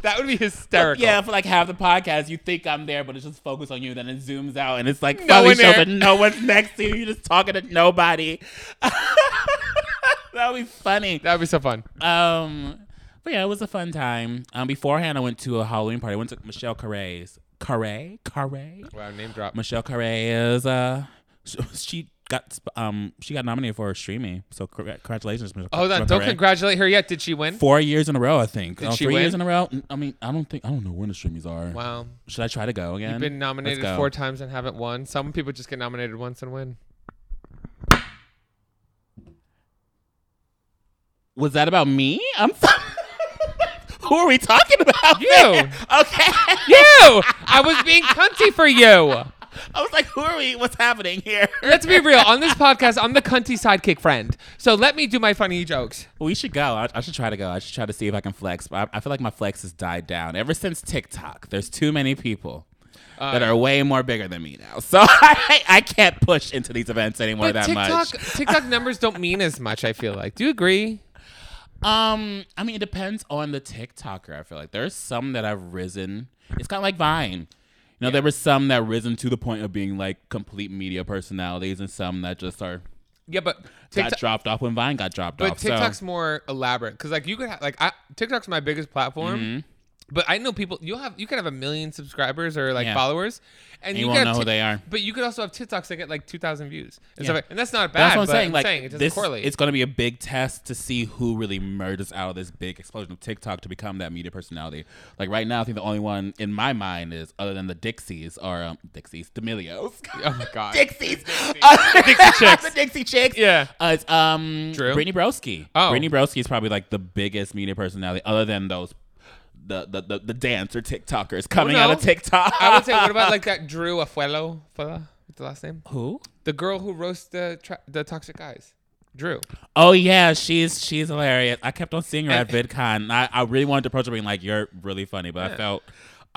that would be hysterical. Yeah, for like half the podcast, you think I'm there, but it's just focused on you. Then it zooms out, and it's like No no one shows there. that no one's next to you. You're just talking to nobody. that would be funny. that would be so fun. Um, but yeah, it was a fun time. Um, beforehand, I went to a Halloween party. I went to Michelle Carre's. Carre, Carre. Wow, name drop. Michelle Carre is uh, sh- she got sp- um she got nominated for a streaming. So cr- congratulations, Michelle. Hold on, Oh, don't Carre. congratulate her yet. Did she win? Four years in a row, I think. Did Oh, she three win? years in a row. N- I mean, I don't think I don't know when the streamies are. Wow, Should I try to go again? you've been nominated Let's go. four times and haven't won. Some people just get nominated once and win. Was that about me? I'm sorry. Who are we talking about? You. there? Okay. You! I was being cunty for you. I was like, who are we? What's happening here? Let's be real. On this podcast, I'm the cunty sidekick friend. So let me do my funny jokes. We should go. I, I should try to go. I should try to see if I can flex. But I, I feel like my flex has died down ever since TikTok. There's too many people Uh, that are way more bigger than me now, so I, I can't push into these events anymore But that TikTok, much. TikTok numbers don't mean as much. I feel like. Do you agree? Um, I mean, it depends on the TikToker. I feel like there's some that have risen. It's kind of like Vine. You know, there were some that risen to the point of being like complete media personalities, and some that just are Yeah, but got TikTok, dropped off when Vine got dropped but off. TikTok's so. more elaborate because like you could ha- like I, TikTok's my biggest platform. Mm-hmm. But I know people. You'll have you could have a million subscribers or like Yeah. followers, and you you, won't could know have who they are. But you could also have TikToks that get like two thousand views, and, Yeah. stuff like- and that's not bad. That's what I'm but saying. like, it doesn't this, correlate. it's going to be a big test to see who really merges out of this big explosion of TikTok to become that media personality. Like right now, I think the only one in my mind is other than the Dixies are um, Dixies, D'Amelios. oh my god. Dixies, Uh, Dixie Chicks. the Dixie Chicks. Yeah. Uh, it's um Drew? Brittany Broski. Oh. Brittany Broski is probably like the biggest media personality other than those the the the, the dancer TikTokers coming no. out of TikTok. I would say, what about like that Drew Afuelo? Afuelo? What's the last name? who? The girl who roasts the tra- the toxic guys. Drew. Oh yeah, she's she's hilarious. I kept on seeing her at VidCon. I, I really wanted to approach her being like, "You're really funny," but I felt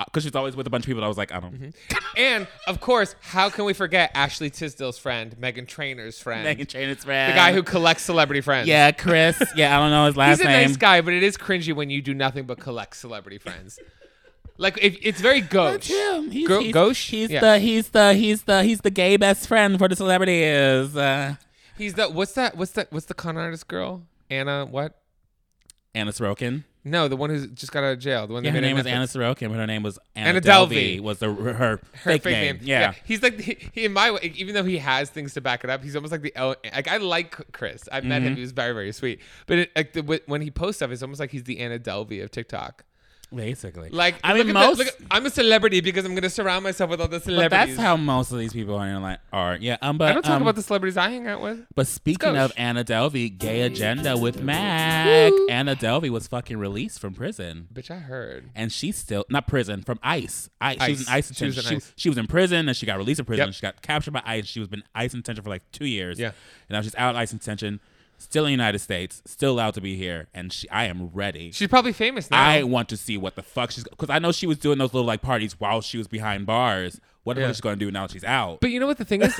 because she's always with a bunch of people. I was like, I don't. Mm-hmm. And of course, how can we forget Ashley Tisdale's friend, Megan Trainor's friend, Megan Trainor's friend, the guy who collects celebrity friends? yeah, Chris. yeah, I don't know his last He's a name. nice guy, but it is cringy when you do nothing but collect celebrity friends. like if, it's very gauche. That's him. He's, Go- he's, gauche? he's Yeah. the he's the he's the he's the gay best friend for the celebrity is uh, He's the what's that? What's that? What's the con artist girl? Anna what? Anna Sorokin. No, the one who's just got out of jail. The one Yeah, that her made name is Netflix. Anna Sorokin, but her name was Anna, Anna Delvey. Delvey. Was the her, her, Her fake, name? Yeah. he's like he, he- in my way. Even though he has things to back it up, he's almost like the L- like I like Chris. I met Mm-hmm. him; he was very very sweet. But it, like the, wh- when he posts stuff, it's almost like he's the Anna Delvey of TikTok. basically. Like I look mean, at the- most. look at- I'm a celebrity because I'm gonna surround myself with all the but celebrities. that's how most of these people on internet are. Yeah, um, but I don't talk um, about the celebrities I hang out with. But speaking gauche. of Anna Delvey, gay agenda with Mac. Anna Delvey was fucking released from prison. Bitch, I heard. And she's still not prison from ICE. ICE. She was ICE. in ICE She was detention. in She, ICE. she was in prison and she got released from prison. Yep. and She got captured by ICE. She was been ICE in detention for like two years. Yeah. And now she's out of ICE in detention. still in the United States, still allowed to be here, and she, I am ready. She's probably famous now. I want to see what the fuck she's because I know she was doing those little like parties while she was behind bars. What the fuck Yeah. is she gonna do now that she's out? But you know what the thing is?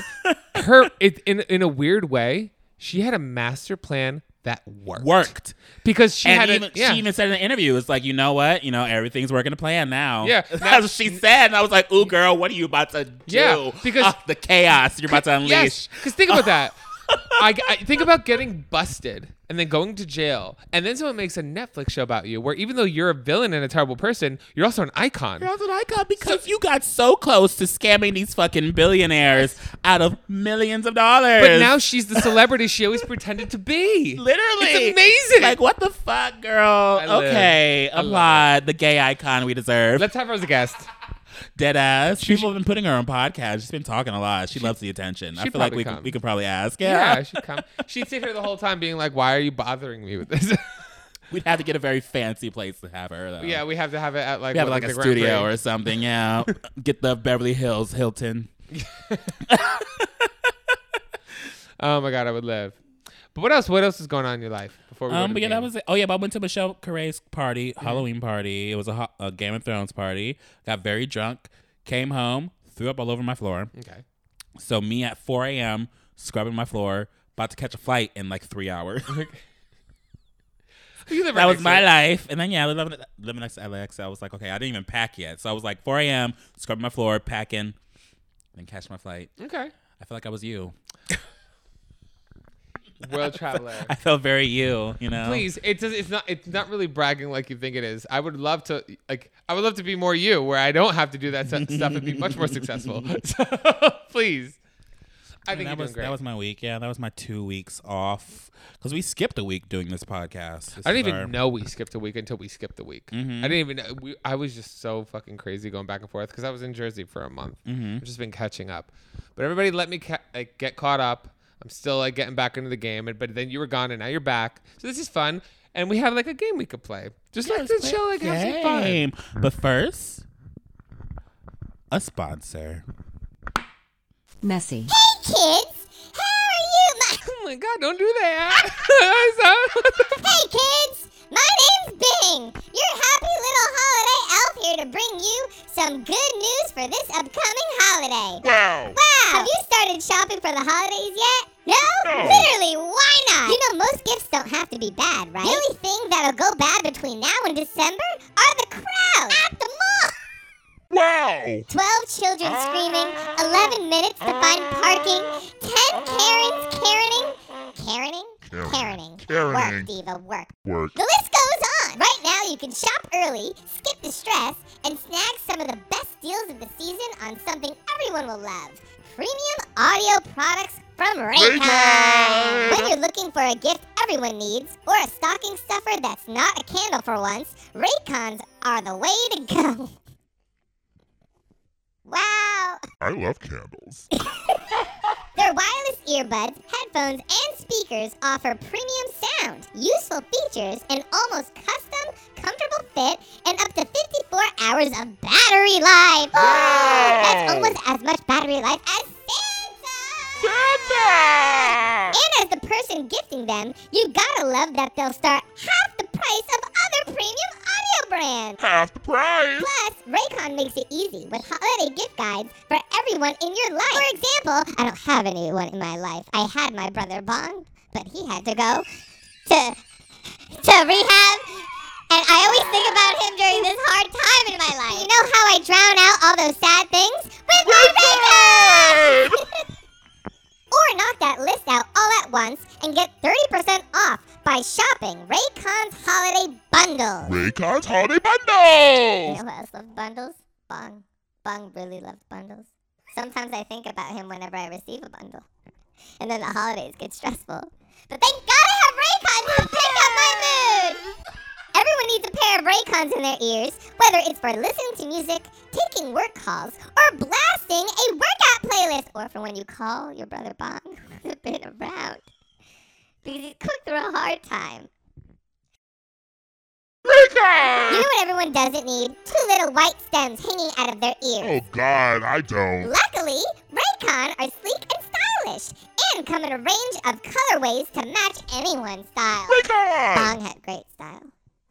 Her it, in in a weird way, she had a master plan that worked. Worked. Because she and had even, a, yeah. she even said in the interview, "It's like you know what, you know everything's working to plan now." Yeah. that's what she said, and I was like, "Ooh, girl, what are you about to do?" Yeah, because- Ah, the chaos you're about to unleash. Yes, because think about that. I, I think about getting busted and then going to jail, and then someone makes a Netflix show about you, where even though you're a villain and a terrible person, you're also an icon. Girls and I got because you got so close to scamming these fucking billionaires out of millions of dollars. But now she's the celebrity she always pretended to be. literally, it's amazing. Like what the fuck, girl? I live. Okay, I love applaud the gay icon we deserve. Let's have her as a guest. Dead ass. People have been putting her on podcasts. She's been talking a lot. She, loves the attention. I she'd feel like probably we could, come. we could probably ask. Yeah, Yeah, she'd come. She'd sit here the whole time being like, "Why are you bothering me with this?" we'd have to get a very fancy place to have her though. yeah, we have to have it at like we have one of like a the Grand studio Prix. or something. Yeah, get the Beverly Hills Hilton. Oh my god, I would live. But what else? What else is going on in your life before we? go Um, to but the yeah, that game? was it. Oh yeah, but I went to Michelle Carey's party, Halloween party. It was a, ho- a Game of Thrones party. Got very drunk, came home, threw up all over my floor. okay. So me at 4 a.m. scrubbing my floor, about to catch a flight in like three hours. You live that right was next my to it. life. And then yeah, living, living next to LAX, I was like, okay, I didn't even pack yet. So I was like 4 a.m. scrubbing my floor, packing, then catch my flight. Okay. I feel like I was you. World traveler. I felt very you. You know. Please, it does, it's not. It's not really bragging like you think it is. I would love to, like, I would love to be more you, where I don't have to do that stu- stuff and be much more successful. So, please, I think you're that was doing great. that was my week. Yeah, that was my two weeks off because we skipped a week doing this podcast. This I is didn't our- even know we skipped a week until we skipped a week. Mm-hmm. I didn't even. Know, we, I was just so fucking crazy going back and forth because I was in Jersey for a month. Mm-hmm. I've just been catching up, but everybody let me ca- like get caught up. I'm still like getting back into the game, and but then you were gone, and now you're back. So this is fun, and we have like a game we could play. Just like Let's this play show, like a have some fun. game. But first, a sponsor. Messy. kids. How are you? My- Oh my god, don't do that. So- hey, kids. My name's Bing, your happy little holiday elf here to bring you some good news for this upcoming holiday. Wow. Wow. Have you started shopping for the holidays yet? No? Literally, why not? You know, most gifts don't have to be bad, right? The only thing that'll go bad between now and December are the crowds at the mall. 12 children screaming, 11 minutes to find parking, 10 Karens Karening. Karening? Karening. Work, Diva, work. Work. The list goes on. Right now, you can shop early, skip the stress, and snag some of the best deals of the season on something everyone will love premium audio products from Raycon. When you're looking for a gift everyone needs, or a stocking stuffer that's not a candle for once, Raycons are the way to go. Wow. I love candles. Their wireless earbuds, headphones, and speakers offer premium sound, useful features, an almost custom, comfortable fit, and up to 54 hours of battery life. That's almost as much battery life as Santa! And as the person gifting them, you gotta love that they'll start half the price of other premium audio brands. Half the price. Plus, Raycon makes it easy with holiday gift guides for everyone in your life. For example, I don't have anyone in my life. I had my brother Bong, but he had to go to to rehab. And I always think about him during this hard time in my life. You know how I drown out all those sad things? With my Raycon! or knock that list out all at once and get 30% off by shopping Raycon's holiday bundle. Raycon's holiday bundle. You know who else loved bundles? Bong. Bong really loved bundles. Sometimes I think about him whenever I receive a bundle. And then the holidays get stressful. But thank God I have Raycons to pick up my mood! Everyone needs a pair of Raycons in their ears, whether it's for listening to music, taking work calls, or blasting a workout playlist, or for when you call your brother Bong, who's been around. Because he's cooked through a hard time. You know what everyone doesn't need? Two little white stems hanging out of their ears. Oh God, I don't. Luckily, Raycon are sleek and stylish, and come in a range of colorways to match anyone's style. Bring on! Bong had great style.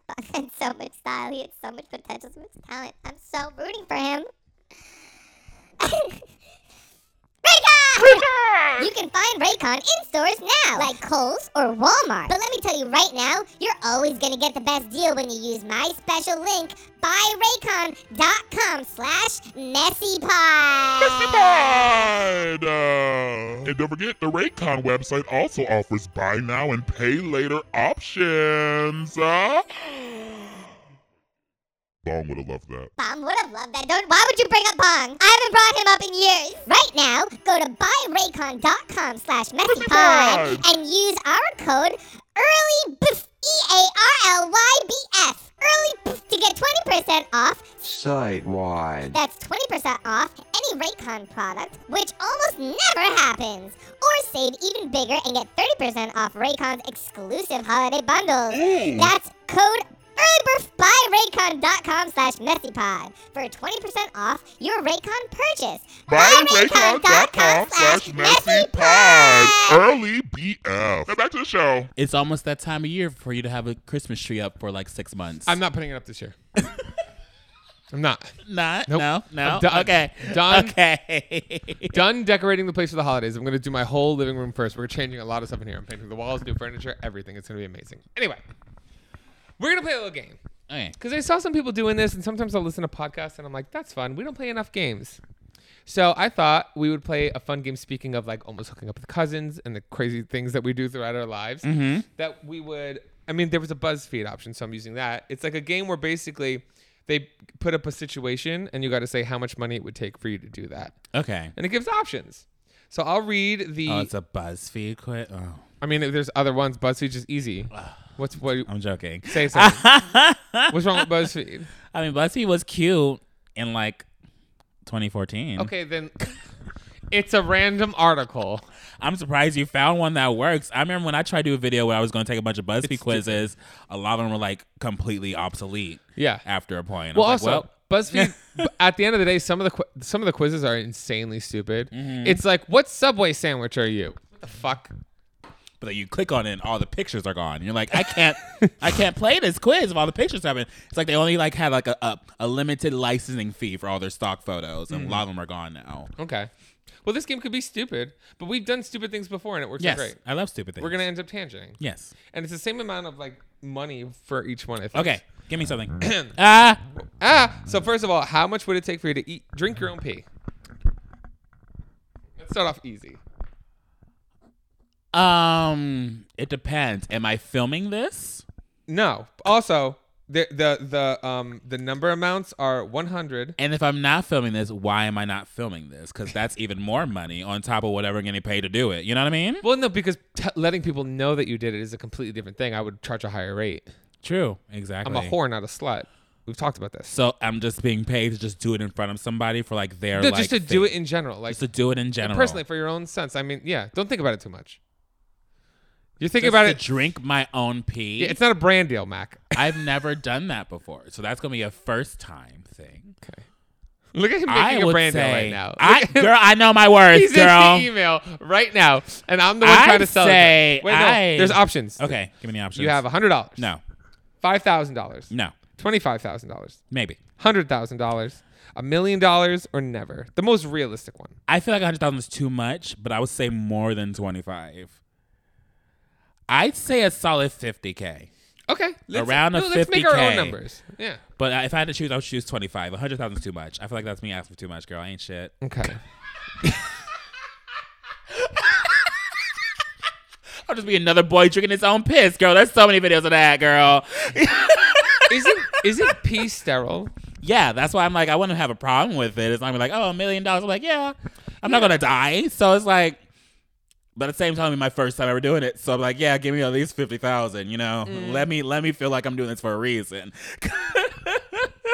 Bong had so much style. He had so much potential, so much talent. I'm so rooting for him. Raycon! You can find Raycon in stores now, like Kohl's or Walmart. But let me tell you right now, you're always gonna get the best deal when you use my special link, buyraycon.com slash messypie. Bye. Uh, and don't forget, the Raycon website also offers buy now and pay later options. Uh, Bong would have loved that. Bong would have loved that. Don't. Why would you bring up Bong? I haven't brought him up in years. Right now, go to buyraycon.com slash messypod Messypod. and use our code early E A R L Y B F early bf, to get 20% off. Site wide. That's 20% off any Raycon product, which almost never happens. Or save even bigger and get 30% off Raycon's exclusive holiday bundles. That's code earlybirthbyraycon.com slash messypod for 20% off your Raycon purchase. Buyraycon.com slash messy pod. Early BF. Now back to the show. It's almost that time of year for you to have a Christmas tree up for like six months. I'm not putting it up this year. I'm not not. Nope. No, no. I'm done. Okay. Done. Okay. done decorating the place for the holidays. I'm gonna do my whole living room first. We're changing a lot of stuff in here. I'm painting the walls, new furniture, everything. It's gonna be amazing. Anyway, we're gonna play a little game okay. because I saw some people doing this, and sometimes I'll listen to podcasts and I'm like, that's fun. We don't play enough games. So I thought we would play a fun game. Speaking of like almost hooking up with cousins and the crazy things that we do throughout our lives, Mm-hmm. that we would. I mean, there was a BuzzFeed option, so I'm using that. It's like a game where basically they put up a situation and you got to say how much money it would take for you to do that Okay. and it gives options. So I'll read the. Oh, it's a BuzzFeed quit. Oh, I mean, if there's other ones, BuzzFeed's just easy. What's what? I'm joking. Say something. What's wrong with BuzzFeed? I mean, BuzzFeed was cute in like 2014. Okay, then it's a random article. I'm surprised you found one that works. I remember when I tried to do a video where I was going to take a bunch of BuzzFeed quizzes, a lot of them were like completely obsolete Yeah. after a point. I Well, was also like, BuzzFeed. b- at the end of the day, some of the qu- some of the quizzes are insanely stupid. It's like, what Subway sandwich are you? What the fuck? but then you click on it and all the pictures are gone. You're like, I can't, I can't play this quiz if all the pictures have it. It's like they only like had like a, a, a limited licensing fee for all their stock photos, and a lot of them are gone now. Okay. Well, this game could be stupid, but we've done stupid things before and it works out Yes, great. I love stupid things. We're gonna end up tangenting, yes. and it's the same amount of like money for each one. I think. Okay, give me something. ah, Ah, so first of all, how much would it take for you to eat, drink your own pee? Let's start off easy. um, it depends. Am I filming this? No. Also, the the the um the number amounts are 100. And if I'm not filming this, why am I not filming this? Because that's even more money on top of whatever I'm getting paid to do it. You know what I mean? Well, no, because t- letting people know that you did it is a completely different thing. I would charge a higher rate. True. Exactly. I'm a whore, not a slut. We've talked about this. So I'm just being paid to just do it in front of somebody for like their No, like, just to thing. do it in general, like just to do it in general. personally for your own sense. I mean, yeah, don't think about it too much. You're thinking Just about to it. Drink my own pee. Yeah, it's not a brand deal, Mac. I've never done that before, so that's gonna be a first time thing. Look at him making I a would brand say, deal right now. I Look at him- girl, I know my words, He's girl. in the email right now, and I'm the one I'd trying to sell. it. say Wait, no, I- there's options. Okay, give me the options. You have hundred dollars. no, Five thousand dollars. no, Twenty-five thousand dollars. maybe. Hundred thousand dollars. A million dollars or never. The most realistic one. I feel like 100,000 is too much, but I would say more than 25. I'd say a solid 50K. Okay. Around a no, Let's make our own 50K. numbers. Yeah. But if I had to choose, I would choose 25. 100,000 is too much. I feel like that's me asking for too much, girl. I ain't shit. Okay. I'll just be another boy drinking his own piss, girl. There's so many videos of that, girl. Isn't isn't pee sterile? yeah, that's why I'm like, I wouldn't have a problem with it. It's not gonna be like, oh, a million dollars. I'm like, yeah, I'm not gonna die. So it's like, but at the same time, it's my first time ever doing it. So I'm like, yeah, give me at least 50,000, you know? Let me let me feel like I'm doing this for a reason.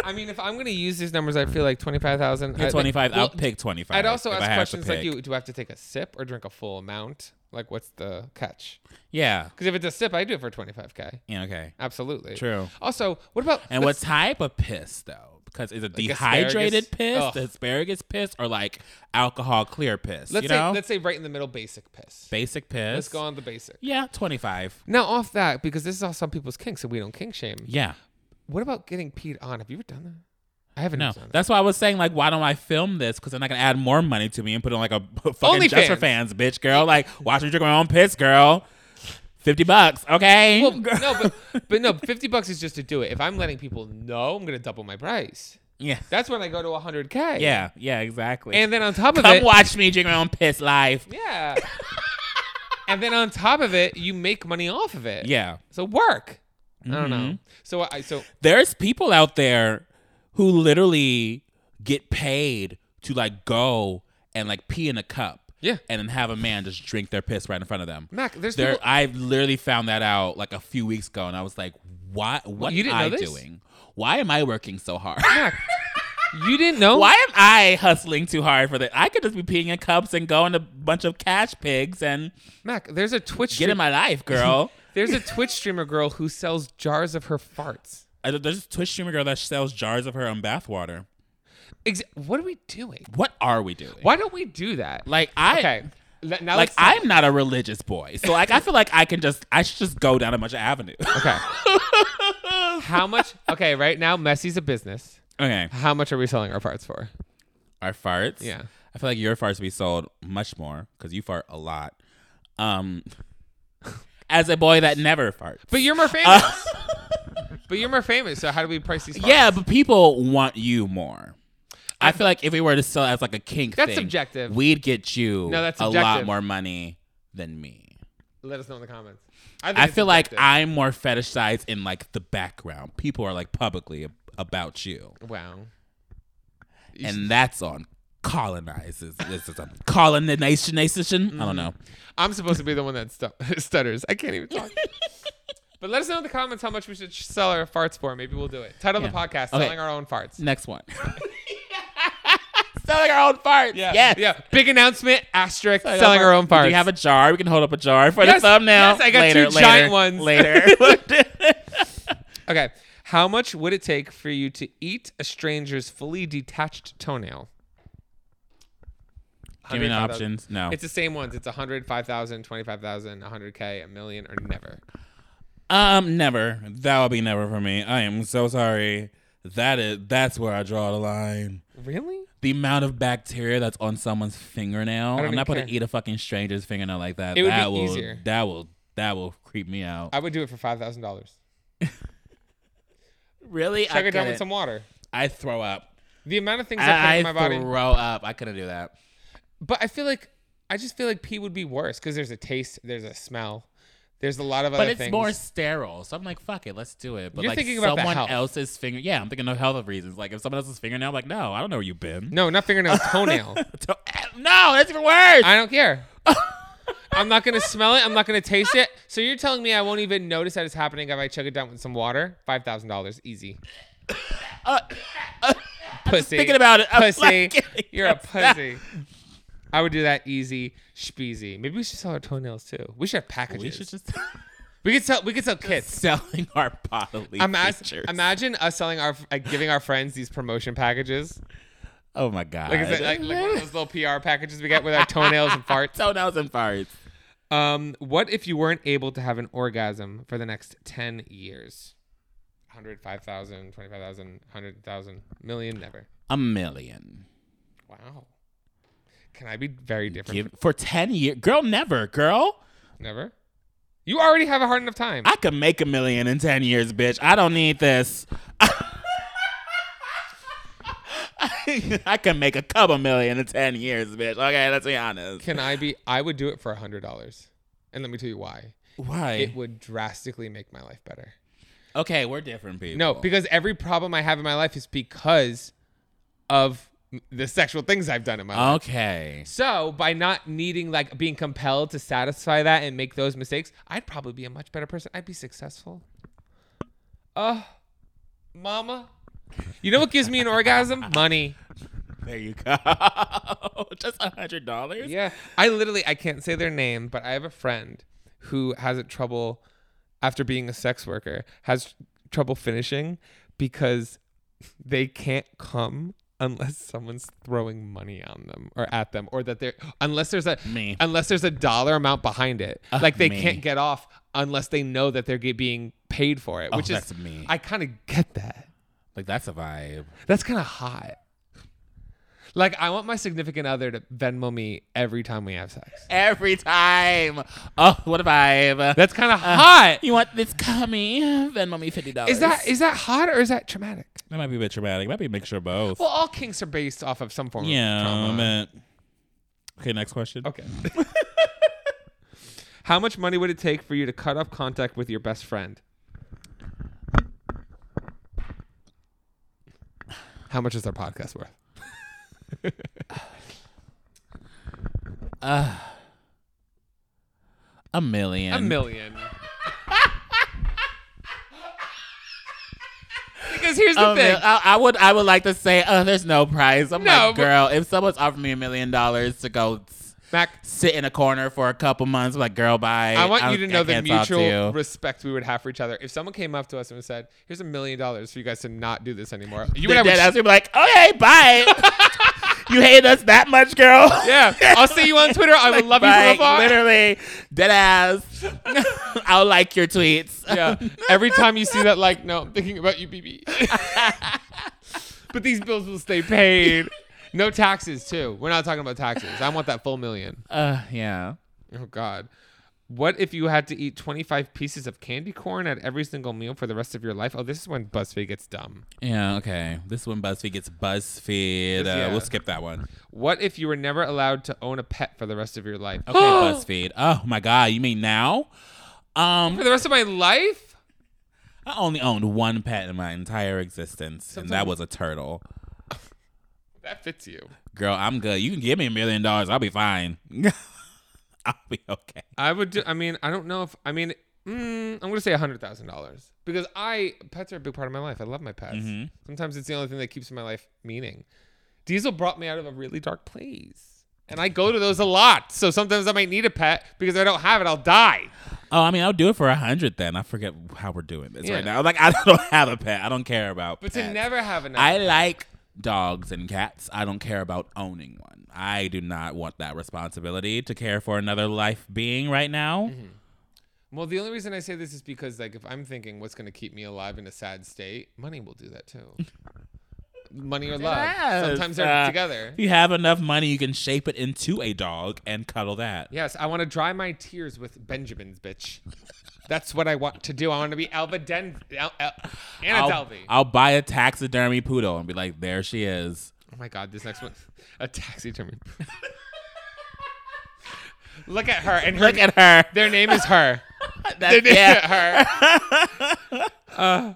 I mean, if I'm gonna use these numbers, I feel like twenty-five thousand. At 25, I'll pick 25. I'd also if I ask had to questions like, pick. "You do I have to take a sip or drink a full amount? Like, what's the catch? Yeah. Because if it's a sip, I do it for twenty-five k. Yeah, okay. Absolutely. True. Also, what about And what let's- type of piss, though? because it's a Like dehydrated asparagus? piss, Ugh. asparagus piss, or like alcohol clear piss. Let's you say know, let's say right in the middle, basic piss. basic piss. Let's go on the basic. Yeah, twenty five. Now off that because this is all some people's kinks and we don't kink shame. Yeah, What about getting peed on? Have you ever done that? I haven't. no, ever done that. that's why I was saying like, why don't I film this? Because then I can add more money to me and put it on like a fucking just for fans, bitch, girl. Like, watch me drink my own piss, girl. Fifty bucks, okay? Well, no, but but no, fifty bucks is just to do it. If I'm letting people know, I'm gonna double my price. yeah, That's when I go to 100k. yeah, yeah, exactly. And then on top of come it, watch me drink my own piss live. yeah. and then on top of it, you make money off of it. Yeah. Mm-hmm. So work. I don't know. So I so there's people out there who literally get paid to like go and like pee in a cup. Yeah. And then have a man just drink their piss right in front of them. Mac, there's there people- I literally found that out like a few weeks ago and I was like, What what you didn't am I know this? doing? Why am I working so hard? you didn't know. Why am I hustling too hard for that? I could just be peeing in cups and going to a bunch of cash pigs and Mac, there's a Twitch get in stream- my life, girl. there's a Twitch streamer girl who sells jars of her farts. I- There's this Twitch streamer girl that sells jars of her own bathwater. Ex- what are we doing? What are we doing? Why don't we do that? Like I okay. le- Now like let's- I'm not a religious boy, so like I feel like I can just I should just go down a bunch of avenues. Okay. How much? Okay, right now Messi's a business. okay, How much are we selling our parts for? our farts. Yeah. I feel like your farts be sold much more because you fart a lot. Um, as a boy that never farts, But you're more famous. but you're more famous. So how do we price these? Parts? yeah, but people want you more. I feel like if we were to sell as like a kink, That's thing, subjective. We'd get you No, that's a lot subjective. more money than me. Let us know in the comments. think I it's feel like subjective. I'm more fetishized in like the background. People are like publicly ab- about you. Wow. and that's on colonizes. This is a colonization. I don't know. I'm supposed to be the one that stu- stutters. I can't even talk. but let us know in the comments how much we should sell our farts for. Maybe we'll do it. Title of the Yeah. podcast: Okay. Selling Our Own Farts. Next one. Selling our own farts. Yeah. Yes. Yeah. Big announcement. Asterisk. selling our own farts. Do you have a jar? We can hold up a jar for Yes, the thumbnail. yes, I got later, two later, giant ones. Later. Okay. How much would it take for you to eat a stranger's fully detached toenail? Give me the 105,000. options. No. It's the same ones. It's 100, 5,000, 25,000, 100K, a million, or never. um, never. That would be never for me. I am so sorry. That is. That's where I draw the line. Really? The amount of bacteria that's on someone's fingernail. I'm even not going to care. eat a fucking stranger's fingernail like that. It would that be will. easier. That will. That will creep me out. I would do it for $5,000. Really? Check it down couldn't. with some water. I throw up. The amount of things I, put I, in my body. throw up. I couldn't do that. But I feel like, I just feel like pee would be worse because there's a taste, there's a smell, there's a lot of But other it's things. more sterile, so I'm like, fuck it, let's do it. But You're like thinking about the someone health. else's finger, yeah, I'm thinking of health reasons. Like if someone else's fingernail, I'm like, no, I don't know where you've been. No, not fingernail, toenail. To- no, that's even worse. I don't care. I'm not gonna smell it. I'm not gonna taste it. So you're telling me I won't even notice that it's happening if I chug it down with some water? Five thousand dollars, easy. Uh, pussy. Thinking about it, I'm pussy. like- you're a pussy. I would do that easy, speezy. Maybe we should sell our toenails too. We should have packages. we should just We could sell. We could sell kits. selling our bodily Ima- features. imagine us selling our, like, giving our friends these promotion packages. oh my god, Like, is it like, like one of those little PR packages we get with our toenails and farts? toenails and farts. Um, what if you weren't able to have an orgasm for the next 10 years? 105,000, 25,000, 100,000, million, never. A million. Wow. Can I be very different? Give, for ten years, girl, never, girl. from- never? You already have a hard enough time. I could make a million in 10 years, bitch. I don't need this. I can make a couple million in 10 years, bitch. Okay, let's be honest. Can I be? I would do it for $100. And let me tell you why. Why? It would drastically make my life better. okay, we're different people. No, because every problem I have in my life is because of the sexual things I've done in Ah, my life. Okay. So by not needing like being compelled to satisfy that and make those mistakes, I'd probably be a much better person. I'd be successful. Uh mama. You know what gives me an orgasm? Money. There you go. Just a hundred dollars? Yeah. I literally I can't say their name, but I have a friend who has trouble after being a sex worker, has trouble finishing because they can't come unless someone's throwing money on them or at them or that they're unless there's a Me. unless there's a dollar amount behind it Ugh, like they me. can't get off unless they know that they're get, being paid for it Oh, which that's is me. i kind of get that Like that's a vibe. that's kind of hot like i want my significant other to venmo me every time we have sex Every time. Oh, what a vibe. that's kind of Uh, hot You want this commie? Venmo me fifty dollars. is that is that hot or is that traumatic that might be a bit traumatic? It might be a mixture of both. well all kinks are based off of some form yeah. of trauma. but- Okay, next question. Okay. How much money would it take for you to cut off contact with your best friend? How much is our podcast worth? A million. A million. because here's the A thing. mil- Um, I, I would I would like to say, oh, there's no prize. I'm No, like, but- girl, if someone's offering me a million dollars to go s- Mac, sit in a corner for a couple months, I'm like, girl, bye. I want you don't- to I know the can't talk to mutual you. respect we would have for each other. If someone came up to us and said, "Here's a million dollars for you guys to not do this anymore," you would have Then a dead ass would be like, okay, bye. you hate us that much, girl? yeah. I'll see you on Twitter. I would love you from Like, afar. literally, dead ass. I'll like your tweets. Yeah. Every time you see that, like, no, I'm thinking about you, BB. but these bills will stay paid. No taxes, too. We're not talking about taxes. I want that full million. Uh, yeah. Oh, God. What if you had to eat 25 pieces of candy corn at every single meal for the rest of your life? Oh, this is when BuzzFeed gets dumb. Yeah, okay. This one, BuzzFeed gets BuzzFeed. Uh, Yeah. We'll skip that one. What if you were never allowed to own a pet for the rest of your life? Okay, BuzzFeed. Oh my God, you mean now? Um, For the rest of my life? I only owned one pet in my entire existence, and that was a turtle. That fits you. Girl, I'm good. You can give me a million dollars, I'll be fine. I'll be okay. I would do. I mean, I don't know if. I mean, mm, I'm gonna say hundred thousand dollars because I pets are a big part of my life. I love my pets. Sometimes it's the only thing that keeps my life meaning. Diesel brought me out of a really dark place, and I go to those a lot. So sometimes I might need a pet because if I don't have it, I'll die. Oh, I mean, I'll do it for a hundred then. I forget how we're doing this Yeah. right now. Like, I don't have a pet. I don't care about. But to pets. never have enough. I like dogs and cats. I don't care about owning one. I do not want that responsibility to care for another life being right now. Mm-hmm. well, the only reason I say this is because like if I'm thinking what's gonna keep me alive in a sad state, money will do that too. money or love. Yes, Sometimes they're uh, together. If you have enough money, you can shape it into a dog and cuddle that. Yes, I want to dry my tears with Benjamin's bitch. That's what I want to do. I want to be Alva Den El- El- Anna I'll, Delvey. I'll buy a taxidermy poodle and be like, there she is. oh my god, this next one, a taxi term. Look at her and her, Look at her. Their name is her. Their name yeah. is her. Uh,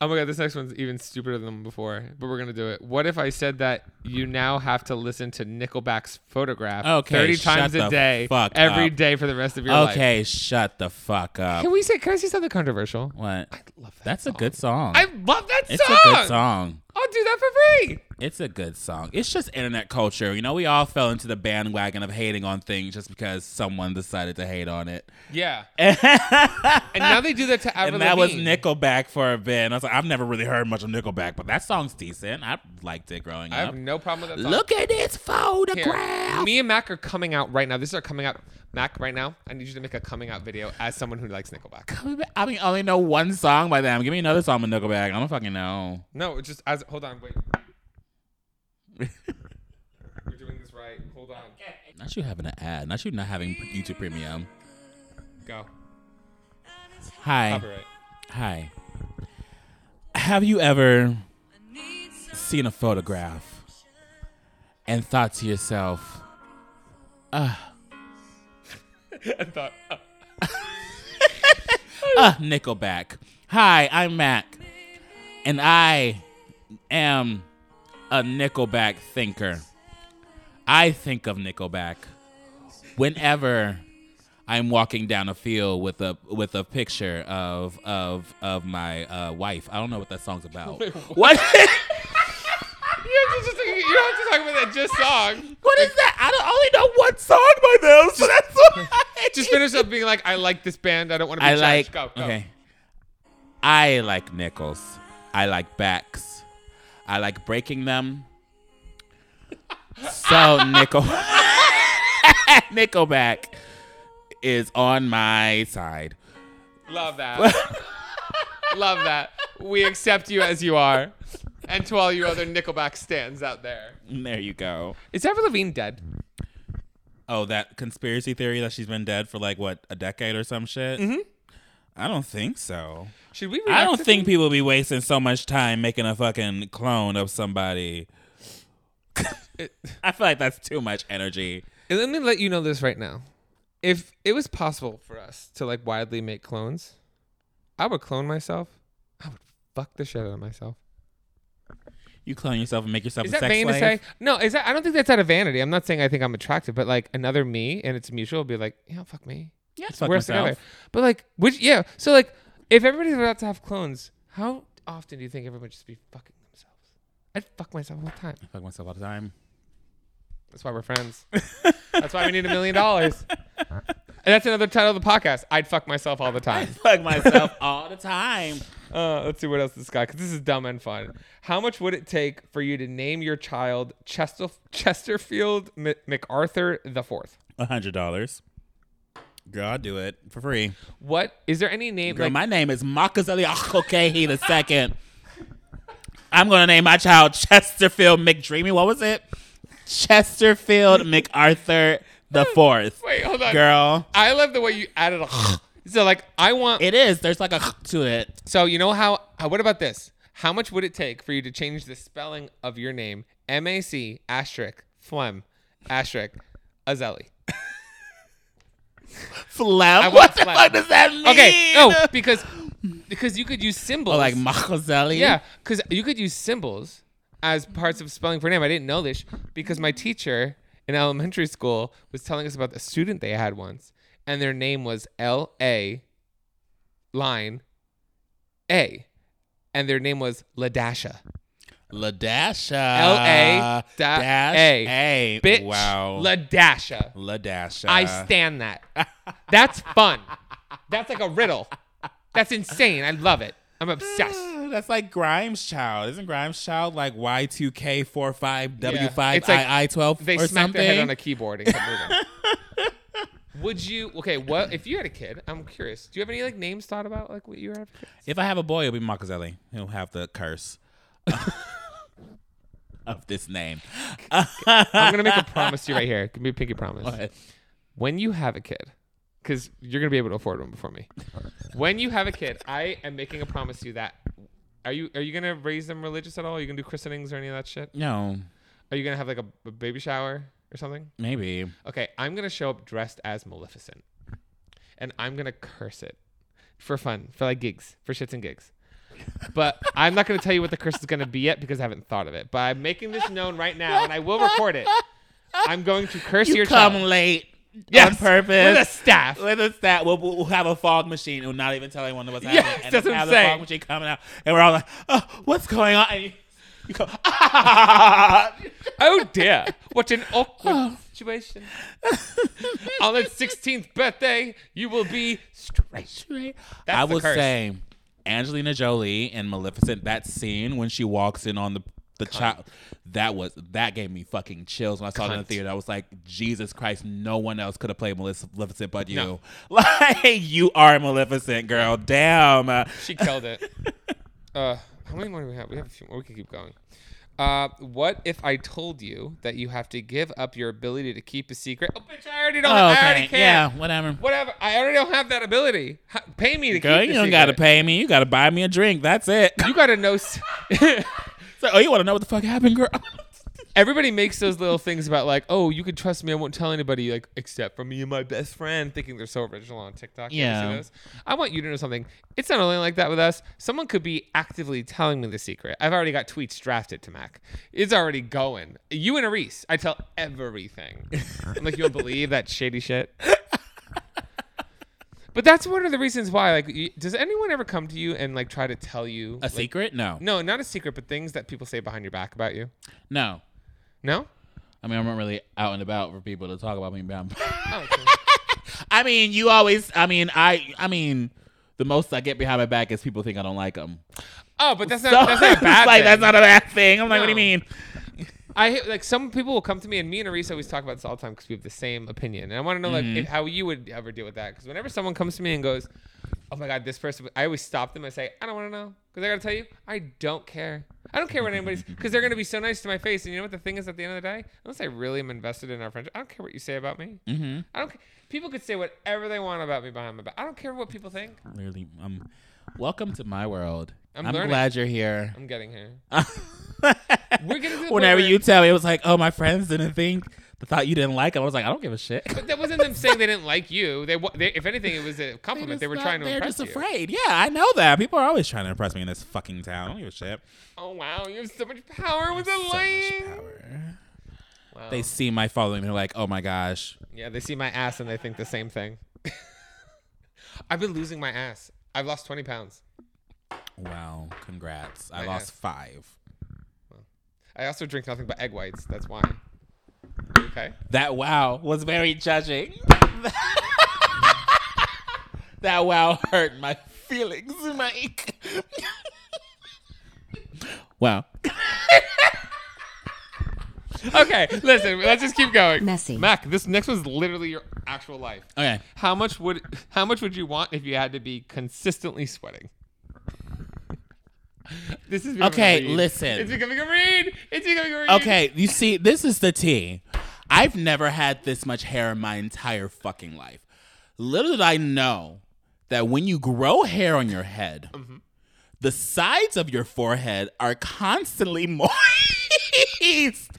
oh my god, this next one's even stupider than before, but we're gonna do it. What if I said that you now have to listen to Nickelback's photograph Okay, thirty shut times a the day, every day fuck up. for the rest of your life? Okay, shut the fuck up. Can we say? Can I say something controversial? what? Love that That's a song. good song. I love that it's song. a good song. I'll do that for free. It's a good song. It's just internet culture. You know, we all fell into the bandwagon of hating on things just because someone decided to hate on it. Yeah. and And now they do that to Avril that was Lavigne. Nickelback for a bit. And I was like, I've never really heard much of Nickelback, but that song's decent. I liked it growing I have up. no problem with that. Song. Look at this photograph. Here, me and Mac are coming out right now. This is our coming out. Mac, right now, I need you to make a coming out video as someone who likes Nickelback. I mean, I only know one song by them. Give me another song by Nickelback. I don't fucking know. No, it's just as. Hold on, wait. You're doing this right. Hold on. Not you having an ad. Not you not having YouTube Premium. Go. Hi. Copyright. Hi. Have you ever seen a photograph and thought to yourself, And thought. uh, uh, Nickelback. Hi, I'm Mac. And I am a Nickelback thinker. I think of Nickelback whenever I'm walking down a field with a with a picture of of of my uh, wife. I don't know what that song's about. what you have to just. You have to talk about that just song. what is that? I don't, I only know one song by them, so that's all I- Just finish up being like, I like this band. I don't want to be I judged. like Go, go. okay. I like nickels. I like backs. I like breaking them. So nickel Nickelback is on my side. Love that. Love that. We accept you as you are. And to all you other Nickelback stands out there. There you go. Is Avril Lavigne dead? Oh, that conspiracy theory that she's been dead for like what a decade or some shit. Mm-hmm. I don't think so. Should we? I react don't to think people be wasting so much time making a fucking clone of somebody. I feel like that's too much energy. And let me let you know this right now. If it was possible for us to like widely make clones, I would clone myself. I would fuck the shit out of myself. You clone yourself and make yourself Is a that sex vain to slave. say? No, is that I don't think that's out of vanity. I'm not saying I think I'm attractive, but like another me and it's mutual would be like, yeah, fuck me. Yeah, fuck We're myself. together. But like which yeah, so like if everybody's about to have clones, how often do you think everyone would just be fucking themselves? I'd fuck myself all the time. Fuck myself all the time. That's why we're friends. That's why we need a million dollars. And that's another title of the podcast. I'd fuck myself all the time. Fuck myself all the time. Uh, let's see what else this guy, because this is dumb and fun. How much would it take for you to name your child Chester, Chesterfield M- MacArthur the Fourth? A hundred dollars. Girl, I'll do it for free. What is there any name? Girl, like, my name is Makazeli Akokehi the second. I'm gonna name my child Chesterfield McDreamy. What was it? Chesterfield McArthur the fourth. wait, hold on, Girl, I love the way you added a. so like, I want. it is. There's like a to it. so you know how? how- What about this? How much would it take for you to change the spelling of your name, M A C asterisk phlegm asterisk Azeli? Phlegm. want What the phlegm. fuck does that mean? Okay, no, because because you could use symbols Or Oh, like Makazeli. Yeah, because you could use symbols as parts of spelling for name. I didn't know this because my teacher in elementary school was telling us about the student they had once, and their name was L A line A, and their name was Ladasha. Ladasha. L.A. da- dash A. A. Bitch, Wow. Ladasha. Ladasha. I stand that. That's fun. That's like a riddle. That's insane. I love it. I'm obsessed. Uh, That's like Grimes Child. Isn't Grimes Child like Y2K 45 W5 It's like II 12 they or smacked something? their head on a keyboard and kept moving. Would you? Okay, what if you had a kid? I'm curious. Do you have any like names thought about like what you have? if I have a boy, it'll be Makazelli. He'll have the curse of this name. I'm gonna make a promise to you right here. Give me a pinky promise. What? When you have a kid, because you're gonna be able to afford one before me. when you have a kid, I am making a promise to you that. Are you are you gonna raise them religious at all? Are you gonna do christenings or any of that shit? No, Are you gonna have like a, a baby shower or something? maybe. Okay, I'm gonna show up dressed as Maleficent, and I'm gonna curse it for fun, for like gigs, for shits and gigs. But I'm not gonna tell you what the curse is gonna be yet because I haven't thought of it. But I'm making this known right now, and I will record it. I'm going to curse You your come child late Yes, on purpose. with a staff. With a staff. We'll, we'll we'll have a fog machine. We'll not even tell anyone what's happening. Yes, and that's we'll what I'm have saying. the fog machine coming out. And we're all like, oh, what's going on? And you, you go, ah. Oh dear, what an Oh. awkward situation! On its 16th birthday, you will be straight. That's I the would curse. say Angelina Jolie and Maleficent. That scene when she walks in on the the child, that was that gave me fucking chills when I saw it in the Cunt. theater. I was like, Jesus Christ, no one else could have played Maleficent but you. No. Like you are Maleficent, girl. Damn. She killed it. uh, how many more do we have? We have a few more. We can keep going. Uh, what if I told you that you have to give up your ability to keep a secret? Oh, bitch, I already don't. I already can't. Yeah, whatever. Whatever. I already don't have that ability. Ha- pay me to Girl, keep you the don't secret. gotta pay me. You gotta buy me a drink. That's it. You gotta know. s- So, oh, you wanna know what the fuck happened, girl? Everybody makes those little things about like, oh, you can trust me. I won't tell anybody, like except for me and my best friend, thinking they're so original on TikTok. You ever see Yeah. those? I want you to know something. It's not only like that with us. Someone could be actively telling me the secret. I've already got tweets drafted to Mac. It's already going. You and Arise, I tell everything. I'm like, you'll believe that shady shit. But that's one of the reasons why. Like, you, does anyone ever come to you and like try to tell you a like- secret? No. No, not a secret, but things that people say behind your back about you. No. No. I mean, I'm not really out and about for people to talk about me. but I'm- Oh, okay. I mean, you always. I mean, I. I mean, the most I get behind my back is people think I don't like them. Oh, but that's not So that's not a bad it's like thing. that's not a bad thing. I'm like, what do you No. mean? I hate- like some people will come to me, and me and Arisa always talk about this all the time because we have the same opinion. And I want to know like Mm-hmm. if, how you would ever deal with that because whenever someone comes to me and goes, "Oh my god, this person," I always stop them. I say, "I don't want to know," because I gotta tell you, I don't care. I don't care what anybody's because they're gonna be so nice to my face. And you know what the thing is at the end of the day, unless I really am invested in our friendship, I don't care what you say about me. Mm-hmm. I don't. ca- People could say whatever they want about me behind my back. I don't care what people think. Literally, um, welcome to my world. I'm I'm, learning. glad you're here. I'm getting here. We're gonna Whenever do the program. you tell me, it was like, oh, my friends didn't think, they thought you didn't like it. I was like, I don't give a shit. But that wasn't them saying they didn't like you. They, wa- they if anything, it was a compliment. They were trying to They're impress you. just afraid. Yeah, I know that. People are always trying to impress me in this fucking town. I don't give a shit. Oh wow, you have so much power with the So much light. power. Wow. They see my following. They're like, oh my gosh. yeah, they see my ass and they think the same thing. I've been losing my ass. I've lost twenty pounds. Wow. Congrats. I My lost ass. five. I also drink nothing but egg whites. That's why. Okay. That wow was very judging. that wow hurt my feelings, Mike. wow. Okay. Listen, let's just keep going. Messy. Mac, this next one's literally your actual life. Okay. How much would how much would you want if you had to be consistently sweating? This is becoming a Okay, read. listen. It's becoming a read. It's becoming a read. Okay, you see, this is the tea. I've never had this much hair in my entire fucking life. Little did I know that when you grow hair on your head, Mm-hmm. the sides of your forehead are constantly moist.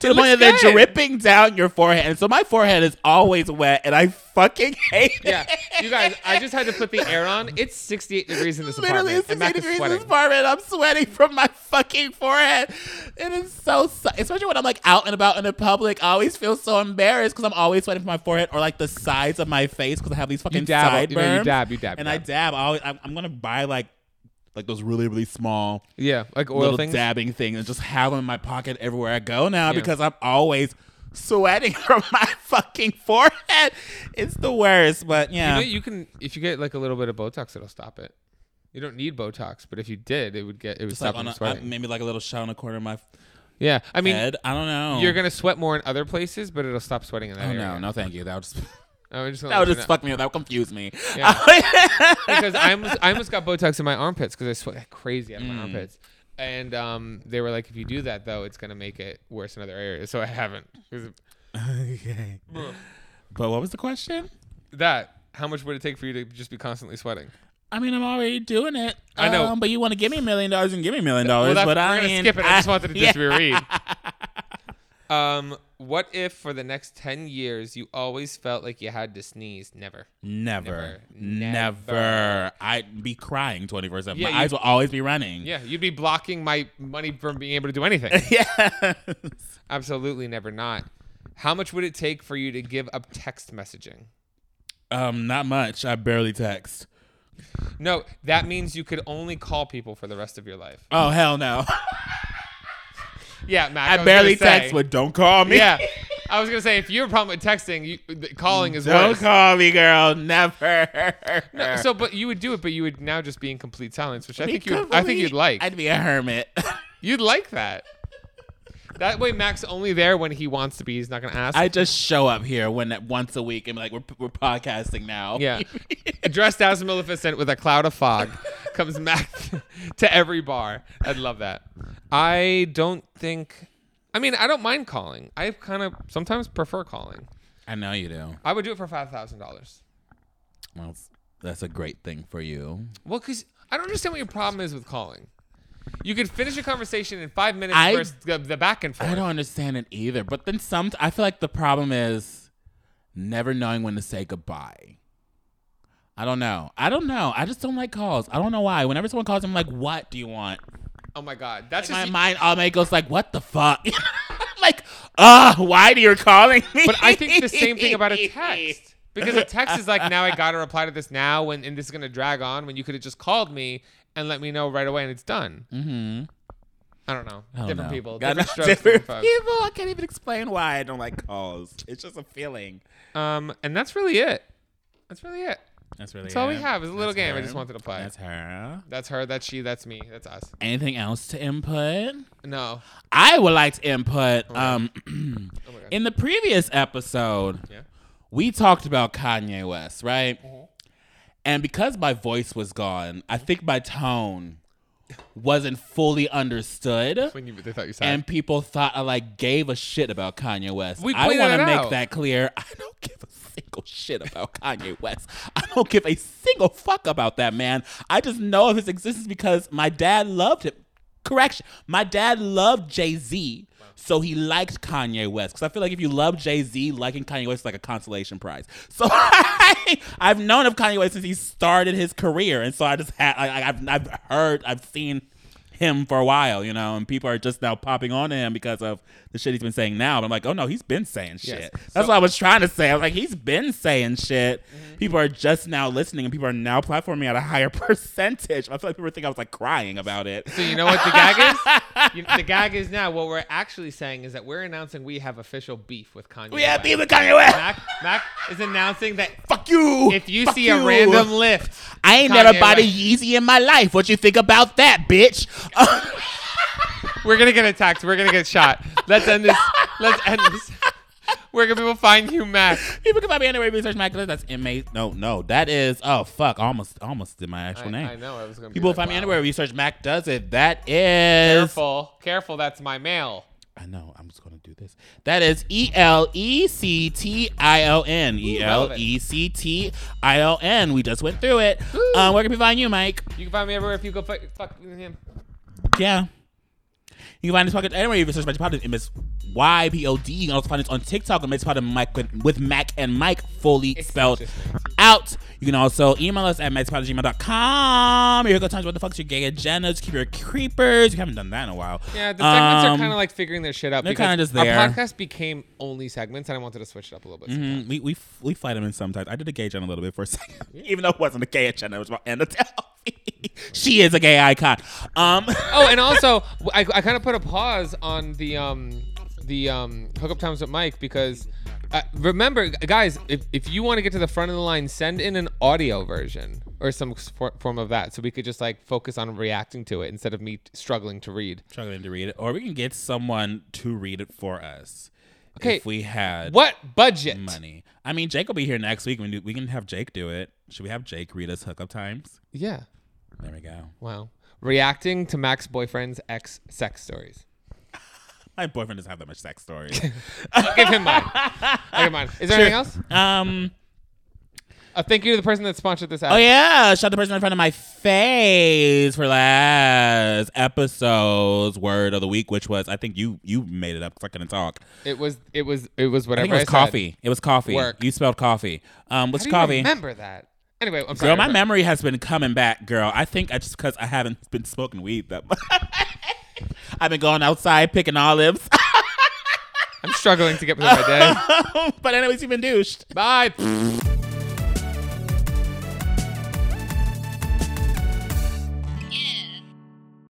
To the looks point that they're good. dripping down your forehead. And so my forehead is always wet and I fucking hate it. Yeah, you guys, I just had to put the air on. It's 68 degrees in this Literally, apartment. it's and 60 Mac is degrees in sweating. this apartment. I'm sweating from my fucking forehead. It is so, su- especially when I'm like out and about in the public. I always feel so embarrassed because I'm always sweating from my forehead or like the sides of my face because I have these fucking dab, sideburns. you know, you dab, you dab, you and I dab. dab. I always, I'm, I'm gonna buy like like those really really small Yeah, like oil little things. dabbing things and just have them in my pocket everywhere I go now Yeah. because I'm always sweating from my fucking forehead. It's the worst, but You yeah. know, you can if you get like a little bit of Botox, it'll stop it. You don't need Botox, but if you did, it would get it would It's stop like on you a, uh, from sweating. maybe like a little shot in the corner of my yeah, I mean, head. I don't know. you're gonna sweat more in other places, but it'll stop sweating in that Oh area. no, no, thank you. That would just I'm just gonna that let would you just know. fuck me up. That would confuse me. because I almost, I almost got Botox in my armpits because I sweat like crazy out of Mm. my armpits. And um, they were like, if you do that though, it's gonna make it worse in other areas. So I haven't. 'Cause okay. But what was the question? That how much would it take for you to just be constantly sweating? I mean, I'm already doing it. I know. um, but you want to give me a million dollars and give me a million dollars. that's- but we're Oh, I gonna mean, skip it. I, just wanted to yeah. just reread. um, what if for the next ten years you always felt like you had to sneeze? Never. Mm. Never, Never. never, Never. I'd be crying 24 seven. Yeah, My you- eyes will always be running. Yeah, you'd be blocking my money from being able to do anything. yeah. Absolutely never not. How much would it take for you to give up text messaging? um, not much. I barely text. No, that means you could only call people for the rest of your life. Oh hell no. Yeah, Matt. I, was barely gonna say- text, but don't call me. yeah, I was gonna say if you have a problem with texting, you, th- calling is Don't worse. call me, girl. Never. So, but you would do it, but you would now just be in complete silence, which I think you, would I think you'd like. I'd be a hermit. You'd like that. That way, Mac's only there when he wants to be. He's not gonna ask. I just show up here when once a week and be like we're, we're podcasting now. yeah, dressed as Maleficent with a cloud of fog, comes Mac to every bar. I'd love that. I don't think. I mean, I don't mind calling. I kind of sometimes prefer calling. I know you do. I would do it for five thousand dollars. Well, s- that's a great thing for you. Well, because I don't understand what your problem is with calling. You could finish a conversation in five minutes I- versus the, the back and forth. I don't understand it either. But then some, I feel like the problem is never knowing when to say goodbye. I don't know. I don't know. I just don't like calls. I don't know why. Whenever someone calls, I'm like, "What do you want?" oh my god, that's My just. mind automatically goes like, "What the fuck?" like, "Uh, why do you're calling me?" but I think the same thing about a text. Because a text is like, now I gotta reply to this now, and, and this is gonna drag on when you could have just called me and let me know right away and it's done. Mm-hmm. I don't know. I don't different know. people, Got different no- strokes, different different folks. people. I can't even explain why I don't like calls. It's just a feeling. Um, and that's really it. That's really it. That's really That's all we it. have is a little That's game I her. just wanted to play. That's her. That's her, that's she, that's me, that's us. Anything else to input? No. I would like to input. Um, Oh my god. in the previous episode, Yeah. Mm-hmm. we talked about Kanye West, right? And because my voice was gone, I think my tone wasn't fully understood. when you, they thought you said And people thought I like gave a shit about Kanye West. We I pointed wanna it make out. that clear. I don't give a single shit about Kanye West. I don't give a single fuck about that man. I just know of his existence because my dad loved him. Correction, my dad loved Jay Z, so he liked Kanye West. Because I feel like if you love Jay Z, liking Kanye West is like a consolation prize. So I, have known of Kanye West since he started his career, and so I just had I, I- I've, I've heard, I've seen him for a while, you know, and people are just now popping on to him because of the shit he's been saying now. But I'm like, oh no, he's been saying shit. That's what I was trying to say. I was like, he's been saying shit. People are just now listening and people are now platforming at a higher percentage. I feel like people think I was like crying about it. So you know what the gag is? You- the gag is now what we're actually saying is that we're announcing we have official beef with Kanye. We have West. people Kanye West. Mac, Mac is announcing that Fuck you. if you Fuck see a random lift, I ain't Kanye never bought a West- Yeezy in my life. What you think about that, bitch? we're gonna get attacked. We're gonna get shot. Let's end this. Let's end this. Where can people find you, Mac? people can find me anywhere. Research my clip. That's inmate. No, no, that is. Oh fuck! I Almost, almost did my actual I, name. I know I was gonna. People be like, find me wow. anywhere. Research Mac does it. That is. Careful, careful. That's my mail. I know. I'm just gonna do this. That is E L E C T I O N. E L E C T I O N. We just went through it. Um, where can people find you, Mike? You can find me everywhere if you go fuck, fuck him. Yeah. You can find this podcast anywhere you can search Magic Pod. It's Y-P-O-D. You can also find us on TikTok at Magic Pod and Mike with, with Mac and Mike fully spelled out. You can also email us at magicpod.gmail.com. You're going to talk about the fuck's your gay agendas. Keep your creepers. You haven't done that in a while. Yeah, the segments are Um, kind of like figuring their shit out. they're because kinda just there. Our podcast became only segments, and I wanted to switch it up a little bit. Mm, we, we f- we fight them in sometimes. I did a gay agenda a little bit for a second, even though it wasn't a gay agenda. It was about Anna Delvey. she is a gay icon. Um, Oh, and also, I, I kind of put a pause on the um the um hookup times with Mike because uh, remember, guys, if, if you want to get to the front of the line, send in an audio version or some for- form of that, so we could just like focus on reacting to it instead of me struggling to read. struggling to read it, or we can get someone to read it for us. Okay, if we had What budget? money. I mean, Jake will be here next week. We can do- we can have Jake do it. Should we have Jake read us hookup times? Yeah. There we go. Wow. Reacting to Mac's boyfriend's ex sex stories. My boyfriend doesn't have that much sex stories. I'll give him mine. I'll give mine. Is there anything else? um. Uh, thank you to the person that sponsored this. Oh yeah, shout the person in front of my face for last episode's word of the week, which was I think you you made it up because I couldn't talk. It was. It was. It was I whatever. think it was said. coffee. It was coffee. Work. You spelled coffee. Um, How what's do you coffee? remember that? Anyway, I'm sorry. Girl, my I'm sorry. memory has been coming back, girl. I think I just because I haven't been smoking weed that much. I've been going outside picking olives. I'm struggling to get through my day. but anyways, you've been douched. Bye.